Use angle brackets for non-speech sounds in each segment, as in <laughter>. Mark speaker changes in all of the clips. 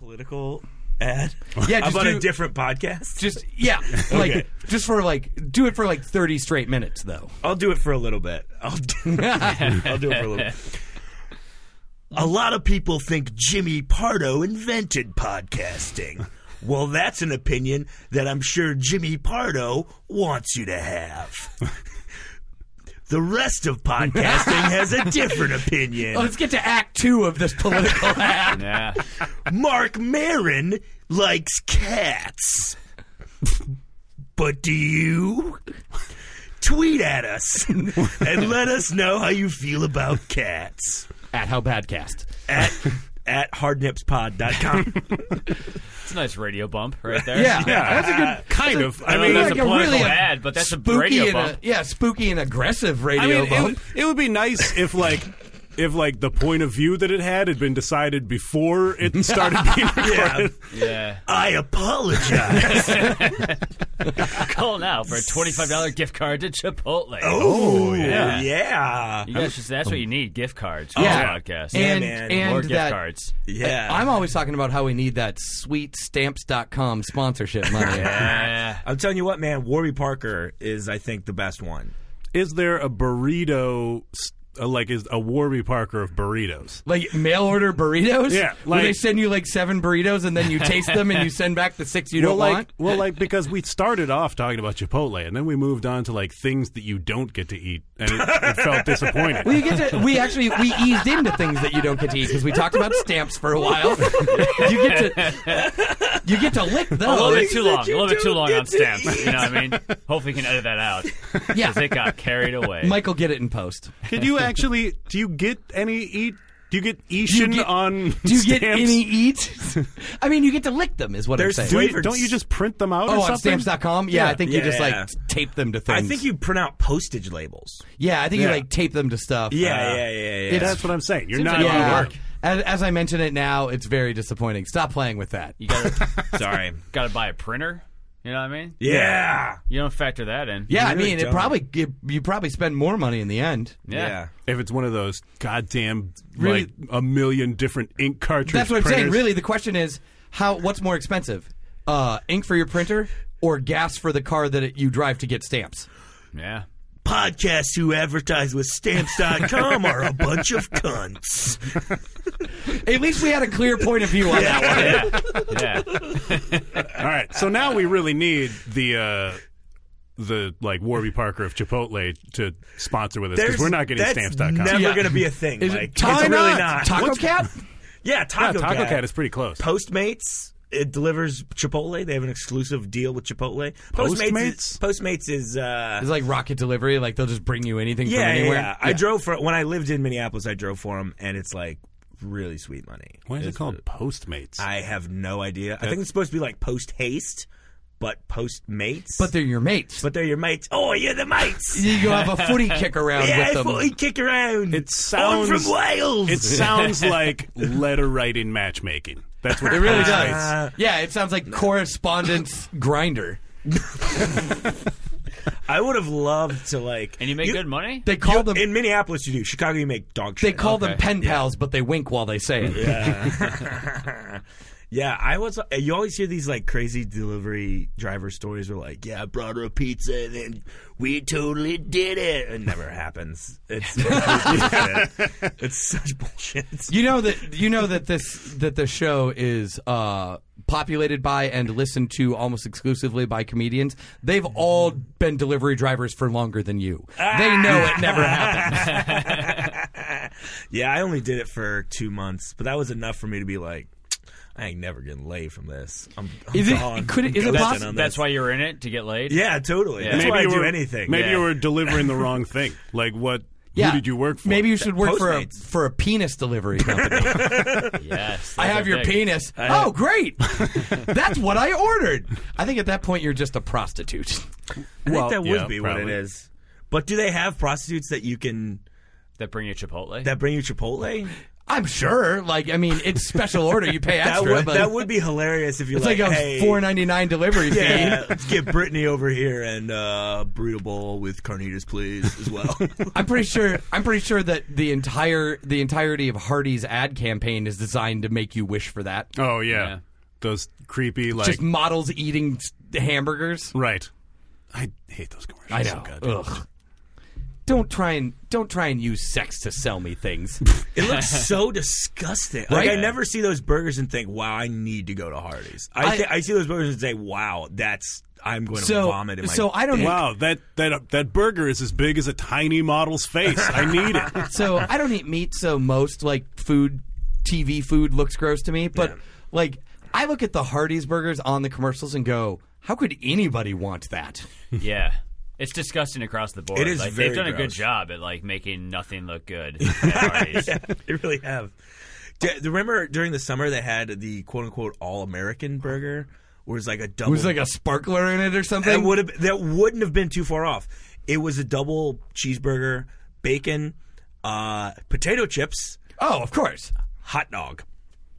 Speaker 1: political ad
Speaker 2: <laughs> Yeah, just
Speaker 1: about
Speaker 2: do-
Speaker 1: a different podcast?
Speaker 2: Just
Speaker 3: <laughs>
Speaker 2: yeah, like just for like do it for like thirty straight minutes though.
Speaker 1: I'll do it for a little bit. I'll do, <laughs> I'll do it for a little bit. A lot of people think Jimmy Pardo invented podcasting. Well, that's an opinion that I'm sure Jimmy Pardo wants you to
Speaker 2: <laughs>
Speaker 1: have. The rest of podcasting has a
Speaker 2: <laughs>
Speaker 1: different opinion.
Speaker 2: Let's get to Act Two of this
Speaker 3: <laughs>
Speaker 2: political ad.
Speaker 3: Yeah.
Speaker 1: Mark Marin likes cats. But do you? Tweet at us and let us know how you feel about cats.
Speaker 2: At how badcast.
Speaker 1: at at hardnipspod.com.
Speaker 3: It's a nice radio bump right there.
Speaker 2: that's a good
Speaker 4: kind of.
Speaker 3: I,
Speaker 4: I
Speaker 3: mean,
Speaker 4: mean,
Speaker 3: that's
Speaker 2: like
Speaker 3: a
Speaker 2: a
Speaker 3: political
Speaker 2: really
Speaker 3: ad, but that's a
Speaker 2: spooky
Speaker 3: radio
Speaker 2: and
Speaker 3: bump.
Speaker 2: A, yeah, spooky and aggressive radio
Speaker 4: I mean, it,
Speaker 2: bump.
Speaker 4: would- it would be nice if like if like the point of view that it had had been decided before <laughs> it started being recorded.
Speaker 3: yeah.
Speaker 1: I apologize.
Speaker 3: Call now for a twenty-five dollar gift card to Chipotle.
Speaker 1: Oh,
Speaker 3: yeah.
Speaker 1: yeah.
Speaker 3: You guys should, that's what you need gift cards for
Speaker 2: Yeah.
Speaker 3: the podcast.
Speaker 2: and
Speaker 1: man.
Speaker 2: and
Speaker 3: More gift
Speaker 2: that, <laughs>
Speaker 3: cards.
Speaker 1: Yeah.
Speaker 2: I'm always talking about how we need that sweet stamps.com sponsorship money.
Speaker 3: <laughs> Yeah.
Speaker 1: I'm telling you what, man, Warby Parker is I think the best one.
Speaker 4: Is there a burrito s- uh, like is a Warby Parker of burritos?
Speaker 2: Like mail order burritos?
Speaker 4: Yeah,
Speaker 2: Where they
Speaker 4: like-
Speaker 2: send you like seven burritos and then you taste them
Speaker 3: <laughs>
Speaker 2: and you send back the six you
Speaker 4: Well,
Speaker 2: don't
Speaker 4: like,
Speaker 2: want?
Speaker 4: well, like because we started off talking about Chipotle, and then we moved on to like things that you don't get to eat, and it, it felt disappointing.
Speaker 2: Well, you get to, we actually we eased into things that you don't get to eat because we talked about stamps for a
Speaker 3: <laughs>
Speaker 2: while. you get to you get to lick
Speaker 3: A little
Speaker 2: those.
Speaker 3: bit too long. A little bit too long on stamps. You know what I mean? Hopefully, you can edit that out.
Speaker 2: Yeah,
Speaker 3: Because it
Speaker 2: <laughs>
Speaker 3: got carried away.
Speaker 2: Mike will get it in post.
Speaker 4: Did you actually? Do you get any eat? Do you get Ishin
Speaker 2: get-
Speaker 4: on?
Speaker 2: Do you get
Speaker 4: stamps?
Speaker 2: any eat? <laughs> I mean, you get to lick them, is what
Speaker 1: There's
Speaker 2: I'm saying.
Speaker 4: Do you,
Speaker 1: flavors?
Speaker 4: don't you just print them out? or
Speaker 2: Oh, on
Speaker 4: something?
Speaker 2: stamps.com? Yeah, I think you
Speaker 1: Yeah,
Speaker 2: just
Speaker 1: yeah.
Speaker 2: like tape them to
Speaker 1: I
Speaker 2: things.
Speaker 1: think you print out postage labels. Uh,
Speaker 2: Yeah, I think you
Speaker 4: Yeah.
Speaker 2: like tape them to stuff.
Speaker 1: Yeah, yeah, yeah, yeah.
Speaker 4: That's what I'm saying. You're
Speaker 3: Seems
Speaker 4: not
Speaker 3: like
Speaker 4: on
Speaker 2: yeah.
Speaker 4: work.
Speaker 2: As, as I mention it now, it's very disappointing. Stop playing with that.
Speaker 3: You gotta,
Speaker 1: Sorry.
Speaker 3: gotta buy a printer. You know what I mean?
Speaker 1: Yeah.
Speaker 3: You don't factor that in.
Speaker 2: Yeah, I
Speaker 1: really
Speaker 2: mean, it
Speaker 1: don't.
Speaker 2: probably it, you probably spend more money in the end.
Speaker 3: Yeah.
Speaker 4: If it's one of those goddamn
Speaker 2: Really-
Speaker 4: like a million different ink cartridge.
Speaker 2: That's what I'm saying.
Speaker 4: printers.
Speaker 2: Really, the question is how what's more expensive, uh, ink for your printer or gas for the car that it, you drive to get stamps?
Speaker 3: Yeah.
Speaker 1: Podcasts who advertise with stamps.com are a bunch of cunts.
Speaker 2: At least we had a clear point of
Speaker 1: <laughs>
Speaker 2: view on that one.
Speaker 3: Yeah. Yeah.
Speaker 4: All right. So now we really need the. uh the like Warby Parker of Chipotle to sponsor with us because
Speaker 1: There's-
Speaker 4: we're not getting
Speaker 1: that's
Speaker 4: stamps.com.
Speaker 1: Never
Speaker 2: Yeah.
Speaker 1: going to be a thing.
Speaker 2: Is
Speaker 1: Mike.
Speaker 2: it Taco,
Speaker 1: it's really not.
Speaker 2: Taco
Speaker 1: What's-
Speaker 2: Cat?
Speaker 1: Yeah,
Speaker 4: Yeah,
Speaker 1: Taco,
Speaker 4: Taco Cat. is pretty close.
Speaker 1: Postmates. It delivers Chipotle. They have an exclusive deal with Chipotle. is,
Speaker 4: Postmates?
Speaker 1: Postmates is uh,
Speaker 2: It's like rocket delivery. Like they'll just bring you anything
Speaker 1: yeah,
Speaker 2: from
Speaker 1: yeah,
Speaker 2: anywhere.
Speaker 1: yeah. I drove for when I lived in Minneapolis. I drove for them, and it's like really sweet money.
Speaker 4: Why is it called Postmates?
Speaker 1: I have no idea. I think it's supposed to be like post haste, but Postmates.
Speaker 2: But they're your mates.
Speaker 1: but they're your mates. Oh, you're the
Speaker 2: <laughs>
Speaker 1: mates.
Speaker 2: you go have
Speaker 1: <laughs>
Speaker 2: a footy kick around
Speaker 1: yeah,
Speaker 2: with
Speaker 1: I
Speaker 2: them.
Speaker 1: thought we kick around.
Speaker 4: It
Speaker 1: I'm
Speaker 4: sounds
Speaker 1: from Wales. <laughs>
Speaker 4: It sounds like letter writing matchmaking. That's what it
Speaker 2: really
Speaker 4: Postmates-
Speaker 2: does. Yeah, it sounds like correspondence
Speaker 1: <laughs>
Speaker 2: grinder.
Speaker 1: I would have loved to like.
Speaker 3: And you make good money?
Speaker 2: They call them
Speaker 1: in Minneapolis. You do Chicago. You make dog
Speaker 2: they
Speaker 1: shit.
Speaker 2: call them
Speaker 3: Okay.
Speaker 2: pen pals, but they wink while they say it.
Speaker 1: <laughs> Yeah, I was. uh, You always hear these like crazy delivery driver stories where like, yeah, I brought her a pizza and then we totally did it. It never happens. It's <laughs> it's such bullshit.
Speaker 2: You know that you know that this that the show is uh, populated by and listened to almost exclusively by comedians. They've all been delivery drivers for longer than you. They know it
Speaker 4: Ah.
Speaker 2: never happens.
Speaker 1: Yeah, I only did it for two months, but that was enough for me to be like, I ain't never getting laid from this. I'm, I'm
Speaker 2: Is it-
Speaker 1: gone.
Speaker 2: could it-
Speaker 1: I'm
Speaker 2: is it
Speaker 1: ghosting
Speaker 2: possi-
Speaker 1: on
Speaker 3: That's
Speaker 1: this.
Speaker 3: why you were in it to get laid.
Speaker 1: Yeah, totally.
Speaker 3: Yeah.
Speaker 1: That's why I
Speaker 4: you
Speaker 1: do
Speaker 4: were,
Speaker 1: anything.
Speaker 4: Maybe
Speaker 3: Yeah.
Speaker 4: you were delivering the wrong thing. Like what?
Speaker 2: Yeah.
Speaker 4: Who did you work for?
Speaker 2: Maybe you should work for a
Speaker 1: Postmates.
Speaker 2: for a penis delivery
Speaker 1: <laughs>
Speaker 2: company.
Speaker 3: Yes.
Speaker 2: I have
Speaker 3: that's
Speaker 2: your
Speaker 3: big.
Speaker 2: penis.
Speaker 1: <laughs>
Speaker 2: Oh, great! That's what I ordered. I think at that point you're just a prostitute.
Speaker 1: I
Speaker 4: Well,
Speaker 1: think that would
Speaker 4: yeah,
Speaker 1: be what
Speaker 4: probably.
Speaker 1: it is. But do they have prostitutes that you can
Speaker 3: That bring you Chipotle.
Speaker 1: that bring you Chipotle?
Speaker 2: I'm sure. Like, I mean, it's special order. You pay
Speaker 1: That
Speaker 2: extra,
Speaker 1: would
Speaker 2: but
Speaker 1: that would be hilarious if you
Speaker 2: it's like, a
Speaker 1: hey,
Speaker 2: four ninety nine delivery fee.
Speaker 1: yeah, let's get Brittany over here and uh, burrito bowl with carnitas, please, as
Speaker 2: <laughs>
Speaker 1: well.
Speaker 2: I'm pretty sure. I'm pretty sure that the entire the entirety of Hardy's ad campaign is designed to make you wish for that.
Speaker 4: Oh yeah,
Speaker 3: Yeah.
Speaker 4: those creepy like
Speaker 2: Just models eating s- hamburgers.
Speaker 4: right. I hate those commercials.
Speaker 2: I know. Ugh. Don't try and don't try and use sex to sell
Speaker 1: <laughs>
Speaker 2: me things.
Speaker 1: it looks
Speaker 2: <laughs>
Speaker 1: so disgusting. Like
Speaker 2: Right?
Speaker 1: I never see those burgers and think, "Wow, I need to go to Hardee's." I
Speaker 2: I-
Speaker 1: thi- I see those burgers and say, "Wow, that's I'm going to
Speaker 2: so
Speaker 1: vomit." In my
Speaker 2: so
Speaker 1: <laughs>
Speaker 2: I don't.
Speaker 4: Wow, that that uh, that burger is as big as a tiny model's face. I need it.
Speaker 2: so I don't eat meat, so most like food, TV food looks gross to me. But like, I look at the Hardee's burgers on the commercials and go, "How could anybody want that?"
Speaker 3: Yeah. It's disgusting across the board.
Speaker 1: It is
Speaker 3: like,
Speaker 1: very
Speaker 3: they've done a good
Speaker 1: gross.
Speaker 3: job at like making nothing look good. at parties.
Speaker 1: they really have. Do, do you remember during the summer they had the quote unquote all American burger, where it's like a double.
Speaker 2: Was like a sparkler in it or
Speaker 1: that
Speaker 2: something?
Speaker 1: would have that wouldn't have been too far off. It was a double cheeseburger, bacon, uh, potato chips,
Speaker 2: oh, of course.
Speaker 1: hot dog.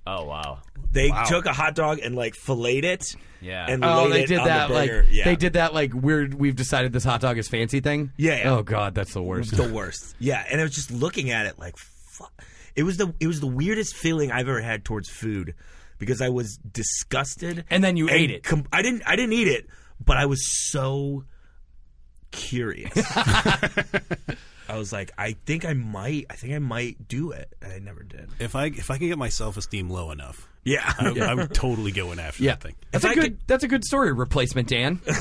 Speaker 3: oh wow.
Speaker 1: They took a hot dog and like filleted it.
Speaker 3: Yeah.
Speaker 1: And
Speaker 2: Oh,
Speaker 1: laid
Speaker 2: they
Speaker 1: it
Speaker 2: did
Speaker 1: on the
Speaker 2: that like
Speaker 1: burger. yeah.
Speaker 2: they did that like weird. We've decided this hot dog is fancy thing.
Speaker 1: Yeah, yeah.
Speaker 2: Oh God, that's the worst.
Speaker 1: the worst. Yeah, and I was just looking at it like, fuck. It was the it was the weirdest feeling I've ever had towards food because I was disgusted.
Speaker 2: And then you ate it.
Speaker 1: com- I didn't. I didn't eat it, but I was so
Speaker 2: <laughs>
Speaker 1: curious. I was like, I think I might. I think I might do it, and I never did.
Speaker 4: <laughs> If I if I can get my self esteem low enough,
Speaker 1: Yeah.
Speaker 4: I, I would totally go in after
Speaker 2: Yeah,
Speaker 4: that thing.
Speaker 2: that's
Speaker 1: If
Speaker 2: a
Speaker 1: I
Speaker 2: good.
Speaker 1: could-
Speaker 2: That's a good story replacement, Dan. a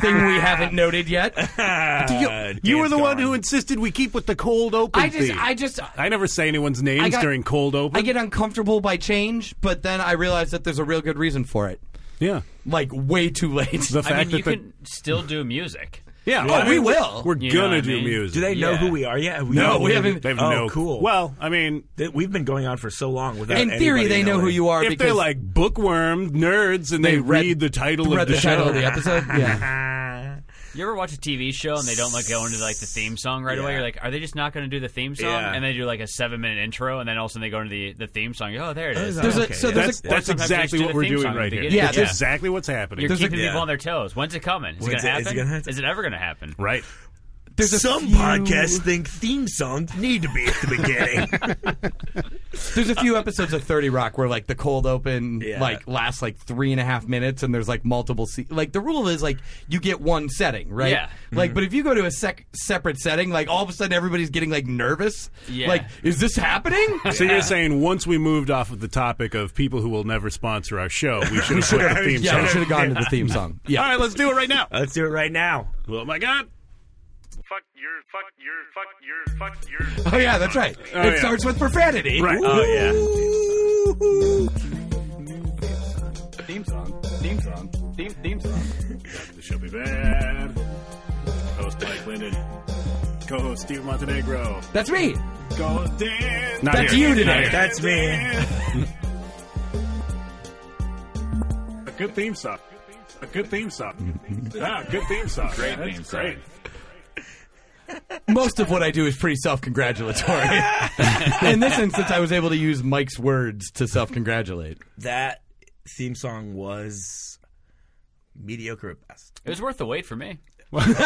Speaker 2: thing we haven't noted yet.
Speaker 1: Uh,
Speaker 4: You were
Speaker 1: Dan's
Speaker 4: the one
Speaker 1: gone.
Speaker 4: who insisted we keep with the cold open.
Speaker 2: I just,
Speaker 4: theme.
Speaker 2: I just,
Speaker 4: I never say anyone's names
Speaker 2: got-
Speaker 4: during cold open.
Speaker 2: I get uncomfortable by change, but then I realize that there's a real good reason for it.
Speaker 4: yeah,
Speaker 2: Like way too late.
Speaker 4: the fact
Speaker 3: I mean, you
Speaker 4: that the,
Speaker 3: can still do music.
Speaker 4: yeah,
Speaker 2: <laughs> oh,
Speaker 4: I
Speaker 2: we
Speaker 4: mean,
Speaker 2: will.
Speaker 4: We're
Speaker 3: You know
Speaker 4: gonna
Speaker 3: what I
Speaker 4: do
Speaker 3: mean?
Speaker 4: music.
Speaker 1: Do they know
Speaker 3: Yeah.
Speaker 1: who we are yet? Have
Speaker 2: No, we
Speaker 1: really-
Speaker 2: haven't-
Speaker 4: They've
Speaker 1: oh,
Speaker 4: no
Speaker 1: cool.
Speaker 4: Well, I mean,
Speaker 1: They- we've been going on for so long without.
Speaker 2: in theory,
Speaker 1: anybody
Speaker 2: they know who
Speaker 1: knowing.
Speaker 2: you are
Speaker 4: if
Speaker 2: because
Speaker 4: they're like bookworm nerds and they,
Speaker 2: They read-
Speaker 4: read the title
Speaker 2: read
Speaker 4: of the,
Speaker 2: the, title
Speaker 4: show,
Speaker 2: of the episode. Yeah,
Speaker 3: You ever watch a TV show and they don't like go into like the theme song right away?
Speaker 1: Yeah.
Speaker 3: You're like, are they just not going to do the theme song?
Speaker 1: Yeah.
Speaker 3: And they do like a seven minute intro, and then all of a sudden they go into the, the theme song. You're, oh, there it is.
Speaker 2: there's
Speaker 1: Okay,
Speaker 2: a, so
Speaker 1: yeah.
Speaker 2: there's
Speaker 4: that's
Speaker 2: a,
Speaker 4: that's
Speaker 3: Sometimes they just
Speaker 4: exactly
Speaker 3: do
Speaker 4: what
Speaker 3: the
Speaker 4: we're
Speaker 3: theme
Speaker 4: doing
Speaker 3: song at
Speaker 4: right
Speaker 3: the
Speaker 4: here.
Speaker 3: beginning.
Speaker 2: Yeah,
Speaker 4: that's
Speaker 2: there's-
Speaker 4: exactly what's happening.
Speaker 3: You're
Speaker 2: there's a-
Speaker 3: keeping people
Speaker 1: yeah.
Speaker 3: on their toes. When's it coming? Is it
Speaker 1: When's
Speaker 3: going to
Speaker 1: it- is
Speaker 3: happen?
Speaker 1: it gonna happen?
Speaker 3: Is it ever going to happen?
Speaker 4: right.
Speaker 2: there's a
Speaker 1: Some
Speaker 2: few-
Speaker 1: podcasts think theme songs need to be at the beginning.
Speaker 2: There's a few episodes of Thirty Rock where like the cold open
Speaker 1: Yeah.
Speaker 2: like lasts like three and a half minutes, and there's like multiple. Se- like the rule is like you get one setting, right?
Speaker 3: Yeah.
Speaker 2: Like, but if you go to a sec- separate setting, like all of a sudden everybody's getting like nervous.
Speaker 3: Yeah.
Speaker 2: Like, is this happening?
Speaker 4: So you're saying once we moved off of the topic of people who will never sponsor our show, we should <laughs> have put the theme
Speaker 2: yeah, we
Speaker 4: song.
Speaker 2: should have gone to the theme song. Yeah.
Speaker 4: All right, let's do it right <laughs> now.
Speaker 1: <laughs> Let's do it right now.
Speaker 4: Oh my god.
Speaker 5: Fuck your, fuck your, fuck your, fuck your.
Speaker 2: Oh yeah, that's right.
Speaker 4: Oh,
Speaker 2: it
Speaker 4: yeah.
Speaker 2: starts with profanity.
Speaker 4: Right.
Speaker 1: Oh yeah.
Speaker 6: Theme song. Theme song. Theme theme song.
Speaker 4: This show be bad. Host Mike Linden. Co-host Steve Montenegro.
Speaker 2: That's me.
Speaker 4: Co-host Dan.
Speaker 2: That's you today.
Speaker 1: That's
Speaker 4: <laughs>
Speaker 1: me.
Speaker 4: A good theme song. A good theme song. ah, good theme song. Great
Speaker 3: That's theme song.
Speaker 4: Great.
Speaker 3: great.
Speaker 2: Most of what I do is pretty self-congratulatory. In this instance, I was able to use Mike's words to self-congratulate.
Speaker 1: That theme song was mediocre at best.
Speaker 3: It was worth the wait for me. Thanks.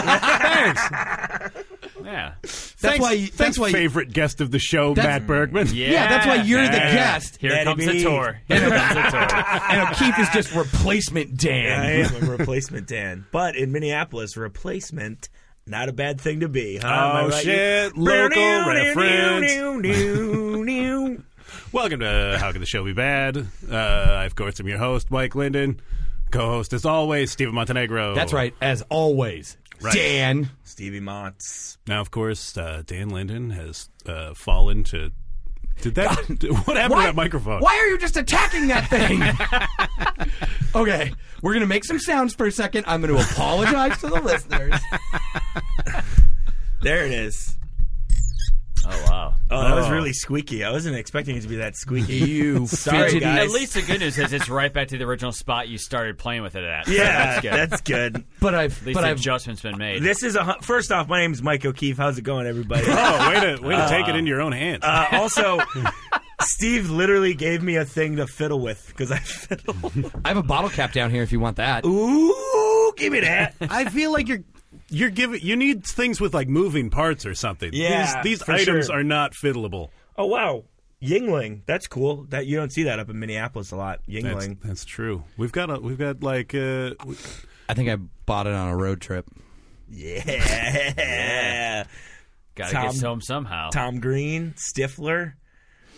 Speaker 3: Yeah.
Speaker 2: That's why. That's
Speaker 4: Thanks,
Speaker 2: why.
Speaker 4: favorite guest of the show,
Speaker 2: That's-
Speaker 4: Matt Bergman.
Speaker 3: Yeah.
Speaker 2: yeah, that's why you're the
Speaker 4: Yeah.
Speaker 2: guest.
Speaker 3: Here
Speaker 1: Daddy
Speaker 3: comes
Speaker 1: B.
Speaker 3: the tour. Here comes the
Speaker 1: <laughs>
Speaker 3: tour.
Speaker 2: And O'Keefe is just replacement
Speaker 1: I
Speaker 2: Dan.
Speaker 1: am a replacement Dan, but in Minneapolis, replacement. Not a bad thing to be, huh? Am I
Speaker 4: Oh,
Speaker 1: right?
Speaker 4: shit. Local reference. <laughs> Welcome to How Can the Show Be Bad? Uh, I, of course, am your host, Mike Linden. Co-host, as always, Steven Montenegro.
Speaker 2: That's right, as always.
Speaker 4: Right.
Speaker 2: Dan.
Speaker 1: <laughs> Stevie Montz.
Speaker 4: Now, of course, uh, Dan Linden has uh, fallen to. Did that? <laughs> what happened to that microphone?
Speaker 2: Why are you just attacking that
Speaker 4: <laughs>
Speaker 2: thing? okay, we're going to make some sounds for a second. I'm going to apologize to the listeners.
Speaker 1: There it is.
Speaker 3: Oh wow.
Speaker 1: Oh, that was really squeaky. I wasn't expecting it to be that squeaky.
Speaker 2: You
Speaker 1: Sorry,
Speaker 2: fidgety-
Speaker 1: guys.
Speaker 3: At least the good news is it's right back to the original spot you started playing with it at.
Speaker 1: yeah,
Speaker 3: that's good. At
Speaker 1: that's good.
Speaker 2: But I've
Speaker 3: least
Speaker 2: but
Speaker 3: the
Speaker 2: I've
Speaker 3: adjustment's been made.
Speaker 1: This is a hu- first off. My name's Mike O'Keefe. How's it going, everybody?
Speaker 4: Oh, way to way to take it into your own hands.
Speaker 1: Uh, also, Steve literally gave me a thing to fiddle with because I fiddle.
Speaker 2: I have a bottle cap down here if you want that.
Speaker 1: Ooh, give me that.
Speaker 4: I feel like you're you're giving you need things with like moving parts or something.
Speaker 1: Yeah,
Speaker 4: these, these
Speaker 1: for
Speaker 4: items
Speaker 1: sure.
Speaker 4: are not fiddleable.
Speaker 1: Oh wow, Yingling. That's cool. That you don't see that up in Minneapolis a lot.
Speaker 4: That's,
Speaker 1: Yingling.
Speaker 4: that's true. We've got a, we've got like uh, we-
Speaker 2: I think I bought it on a road trip.
Speaker 1: <laughs> Yeah.
Speaker 3: Gotta
Speaker 1: Tom-
Speaker 3: get some somehow.
Speaker 1: Tom Green, Stifler.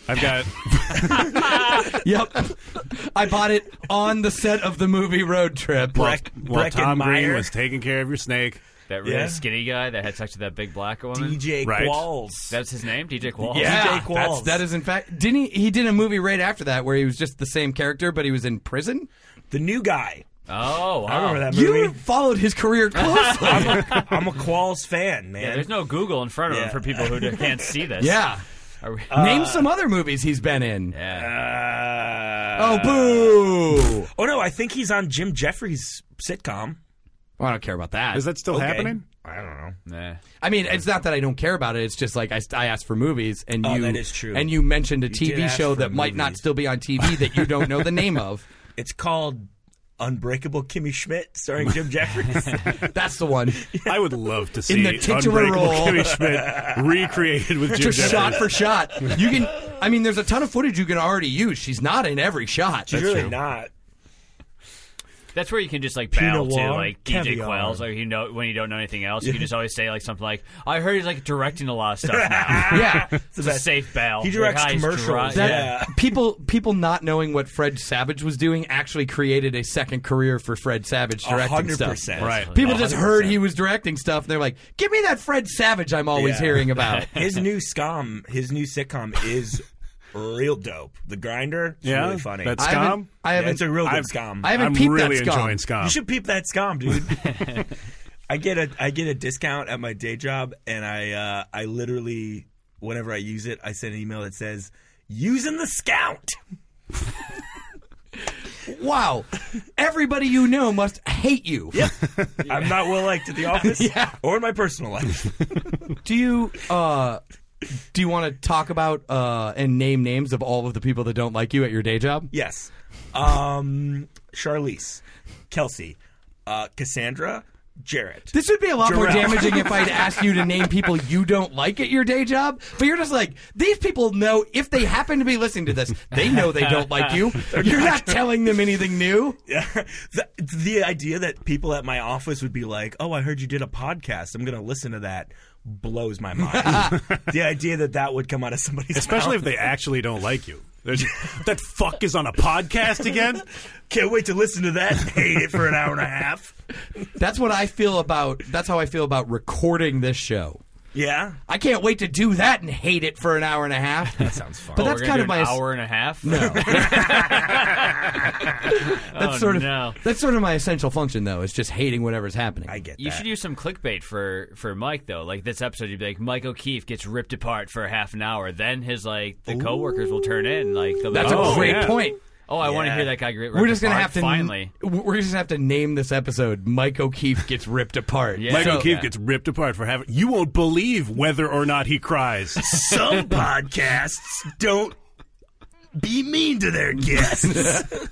Speaker 4: I've
Speaker 1: <laughs>
Speaker 4: got
Speaker 2: Yep. I bought it on the set of the movie Road Trip.
Speaker 4: while,
Speaker 1: Breck-
Speaker 4: while Tom Green
Speaker 1: Breckenmeyer.
Speaker 4: was taking care of your snake.
Speaker 3: That really
Speaker 1: Yeah.
Speaker 3: skinny guy that had sex with that big black woman.
Speaker 1: DJ
Speaker 4: Right.
Speaker 1: Qualls.
Speaker 3: That's his name, DJ Qualls.
Speaker 2: Yeah,
Speaker 1: DJ Qualls.
Speaker 2: that's, that is in fact. Didn't he? He did a movie right after that where he was just the same character, but he was in prison.
Speaker 1: the new guy.
Speaker 3: Oh, wow.
Speaker 1: I remember that
Speaker 2: You
Speaker 1: movie.
Speaker 2: followed his <laughs> career closely.
Speaker 1: I'm a, I'm a Qualls fan, man.
Speaker 3: Yeah, there's no Google in front of him
Speaker 1: Yeah.
Speaker 3: for people who can't
Speaker 1: <laughs>
Speaker 3: see this.
Speaker 2: yeah.
Speaker 3: Are we-
Speaker 2: Name some other movies he's been in.
Speaker 3: yeah.
Speaker 1: Uh,
Speaker 2: Oh, boo!
Speaker 1: oh no, I think he's on Jim Jeffries' sitcom.
Speaker 2: Well, I don't care about that.
Speaker 4: Is that still
Speaker 1: Okay.
Speaker 4: happening?
Speaker 1: I don't know.
Speaker 3: Nah.
Speaker 2: I mean, it's not that I don't care about it. It's just like I, I asked for movies, and
Speaker 1: Oh,
Speaker 2: you
Speaker 1: that is true.
Speaker 2: and you mentioned a
Speaker 1: did
Speaker 2: TV
Speaker 1: ask
Speaker 2: show
Speaker 1: for
Speaker 2: that might not
Speaker 1: movies.
Speaker 2: still be on TV that you don't know the
Speaker 1: <laughs>
Speaker 2: name of.
Speaker 1: It's called Unbreakable Kimmy Schmidt, starring
Speaker 4: <laughs>
Speaker 1: Jim Jeffries.
Speaker 2: That's the one.
Speaker 4: I would love to see
Speaker 2: the titular
Speaker 4: Unbreakable
Speaker 2: role.
Speaker 4: Kimmy Schmidt recreated with Jim
Speaker 2: Just
Speaker 4: Jeffries.
Speaker 2: shot for shot. You can. I mean, there's a ton of footage you can already use. She's not in every shot.
Speaker 1: She's really not.
Speaker 3: That's where you can just like battle to
Speaker 1: Noir,
Speaker 3: like DJ
Speaker 1: caviar.
Speaker 3: Qualls, like you know when you don't know anything else, you can just always say like something like, "I heard he's like directing a lot of stuff now."
Speaker 2: <laughs> Yeah.
Speaker 3: <laughs> it's a
Speaker 1: best.
Speaker 3: safe bail.
Speaker 1: He directs
Speaker 3: Like, "Hi, he's
Speaker 1: commercials."
Speaker 3: dri-
Speaker 2: That,
Speaker 3: yeah.
Speaker 1: Yeah.
Speaker 2: <laughs> People people not knowing what Fred Savage was doing actually created a second career for Fred Savage directing
Speaker 1: hundred
Speaker 2: stuff.
Speaker 1: percent.
Speaker 4: Right.
Speaker 2: People just heard he was directing stuff and they're like, "Give me that Fred Savage I'm always
Speaker 1: Yeah. <laughs>
Speaker 2: hearing about."
Speaker 1: His new scum, his new sitcom is real dope. The Grinder, it's
Speaker 4: Yeah,
Speaker 1: really funny.
Speaker 4: that's-
Speaker 2: I haven't,
Speaker 4: Scum?
Speaker 2: I
Speaker 1: Yeah,
Speaker 2: haven't
Speaker 1: it's a real good
Speaker 4: I've-
Speaker 1: scum.
Speaker 2: I haven't
Speaker 4: I'm
Speaker 2: peeped
Speaker 4: really
Speaker 2: that scum.
Speaker 4: enjoying Scum.
Speaker 1: you should peep that scum, dude.
Speaker 4: <laughs>
Speaker 1: I get a I get a discount at my day job, and I uh, I literally whenever I use it, I send an email that says using the scout.
Speaker 2: Wow. Everybody you know must hate you.
Speaker 1: I'm not well liked at the office
Speaker 2: Yeah.
Speaker 1: or in my personal life. <laughs>
Speaker 2: Do you uh do you want to talk about uh and name names of all of the people that don't like you at your day job?
Speaker 1: Yes, um, Charlize, Kelsey, uh, Cassandra, Jarrett.
Speaker 2: This would be a lot more
Speaker 1: Jarrell.
Speaker 2: damaging if I'd asked you to name people you don't like at your day job, but you're just like, these people know if they happen to be listening to this, they know they don't like you. You're not telling them anything new.
Speaker 1: Yeah. <laughs> The, the idea that people at my office would be like, "Oh, I heard you did a podcast. I'm going to listen to that." Blows my mind. the idea that that would come out of somebody's
Speaker 4: especially if they actually don't like you. There's, <laughs> that fuck is on a podcast again.
Speaker 1: mouth. Can't wait to listen to that. Hate it for an hour and a half.
Speaker 2: That's what I feel about that's how I feel about recording this show.
Speaker 1: Yeah.
Speaker 2: I can't wait to do that and hate it for an hour and a half. That sounds fun. But
Speaker 3: Oh,
Speaker 2: that's
Speaker 3: we're
Speaker 2: kind
Speaker 3: gonna
Speaker 2: of
Speaker 3: do
Speaker 2: my
Speaker 3: an
Speaker 2: ass-
Speaker 3: hour and a half. <laughs>
Speaker 2: No. <laughs> that's
Speaker 3: Oh,
Speaker 2: sort of
Speaker 3: no.
Speaker 2: that's sort of my essential function though, is just hating whatever's happening.
Speaker 1: I get
Speaker 3: You
Speaker 1: that.
Speaker 3: should use some clickbait for for Mike though. Like this episode, you'd be like, Mike O'Keefe gets ripped apart for half an hour. Then his like the coworkers will turn in. Like they'll be
Speaker 2: that's
Speaker 3: like,
Speaker 2: a
Speaker 3: oh,
Speaker 2: great
Speaker 4: yeah.
Speaker 2: point.
Speaker 3: Oh, I want to
Speaker 1: Yeah.
Speaker 3: hear that guy get ripped
Speaker 2: We're just
Speaker 3: apart.
Speaker 2: gonna have to
Speaker 3: finally.
Speaker 2: We're just gonna have to name this episode. Mike O'Keefe gets ripped apart.
Speaker 3: Yeah.
Speaker 4: Mike
Speaker 3: So-
Speaker 4: O'Keefe
Speaker 3: yeah.
Speaker 4: gets ripped apart for having. You won't believe whether or not
Speaker 2: <laughs>
Speaker 4: he cries.
Speaker 1: <laughs> Some podcasts don't be mean to their guests. <laughs>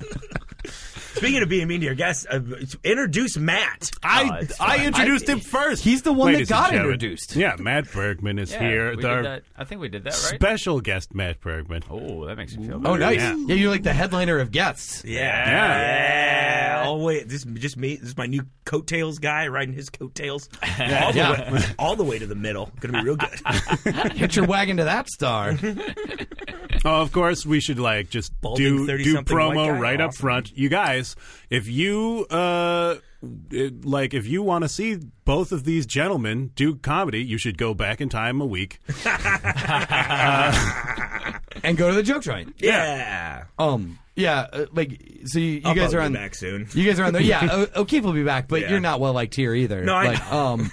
Speaker 1: Speaking of being mean to your guests, uh, introduce Matt.
Speaker 4: I
Speaker 3: it's
Speaker 4: I introduced him first.
Speaker 2: He's the one that
Speaker 4: Ladies and
Speaker 2: got
Speaker 4: gentlemen.
Speaker 2: introduced.
Speaker 4: Yeah, Matt Bergman is
Speaker 3: Yeah,
Speaker 4: here.
Speaker 3: we
Speaker 4: It's our
Speaker 3: did that. I think we did that right.
Speaker 4: special guest, Matt Bergman.
Speaker 3: oh, that makes me feel.
Speaker 2: Oh,
Speaker 3: better.
Speaker 2: nice.
Speaker 4: Yeah.
Speaker 2: Yeah. you're like the headliner of guests. <laughs>
Speaker 1: Yeah. Oh wait, this is just me. This is my new coattails guy riding his coattails all, the
Speaker 2: Yeah.
Speaker 1: way, all the way to the middle. Gonna be real good.
Speaker 2: Hit your wagon to
Speaker 1: <laughs>
Speaker 2: that star.
Speaker 4: Oh, of course, we should like just
Speaker 1: Balding
Speaker 4: do
Speaker 1: 30
Speaker 4: do
Speaker 1: something white
Speaker 4: promo
Speaker 1: guy?
Speaker 4: right up
Speaker 1: Awesome.
Speaker 4: front. You guys, if you uh, it- like, if you want to see both of these gentlemen do comedy, you should go back in time
Speaker 1: <laughs>
Speaker 4: a week.
Speaker 2: and go to the joke joint.
Speaker 1: yeah.
Speaker 2: Um. Yeah. Uh, like so, you, you
Speaker 1: I'll
Speaker 2: guys are
Speaker 1: probably
Speaker 2: on.
Speaker 1: be back soon.
Speaker 2: You guys are on
Speaker 1: <laughs>
Speaker 2: the yeah. O- O'Keefe will be back, but
Speaker 1: Yeah.
Speaker 2: you're not
Speaker 1: <laughs>
Speaker 2: well liked here either. um,
Speaker 1: No, I
Speaker 2: like,
Speaker 1: know.
Speaker 2: um,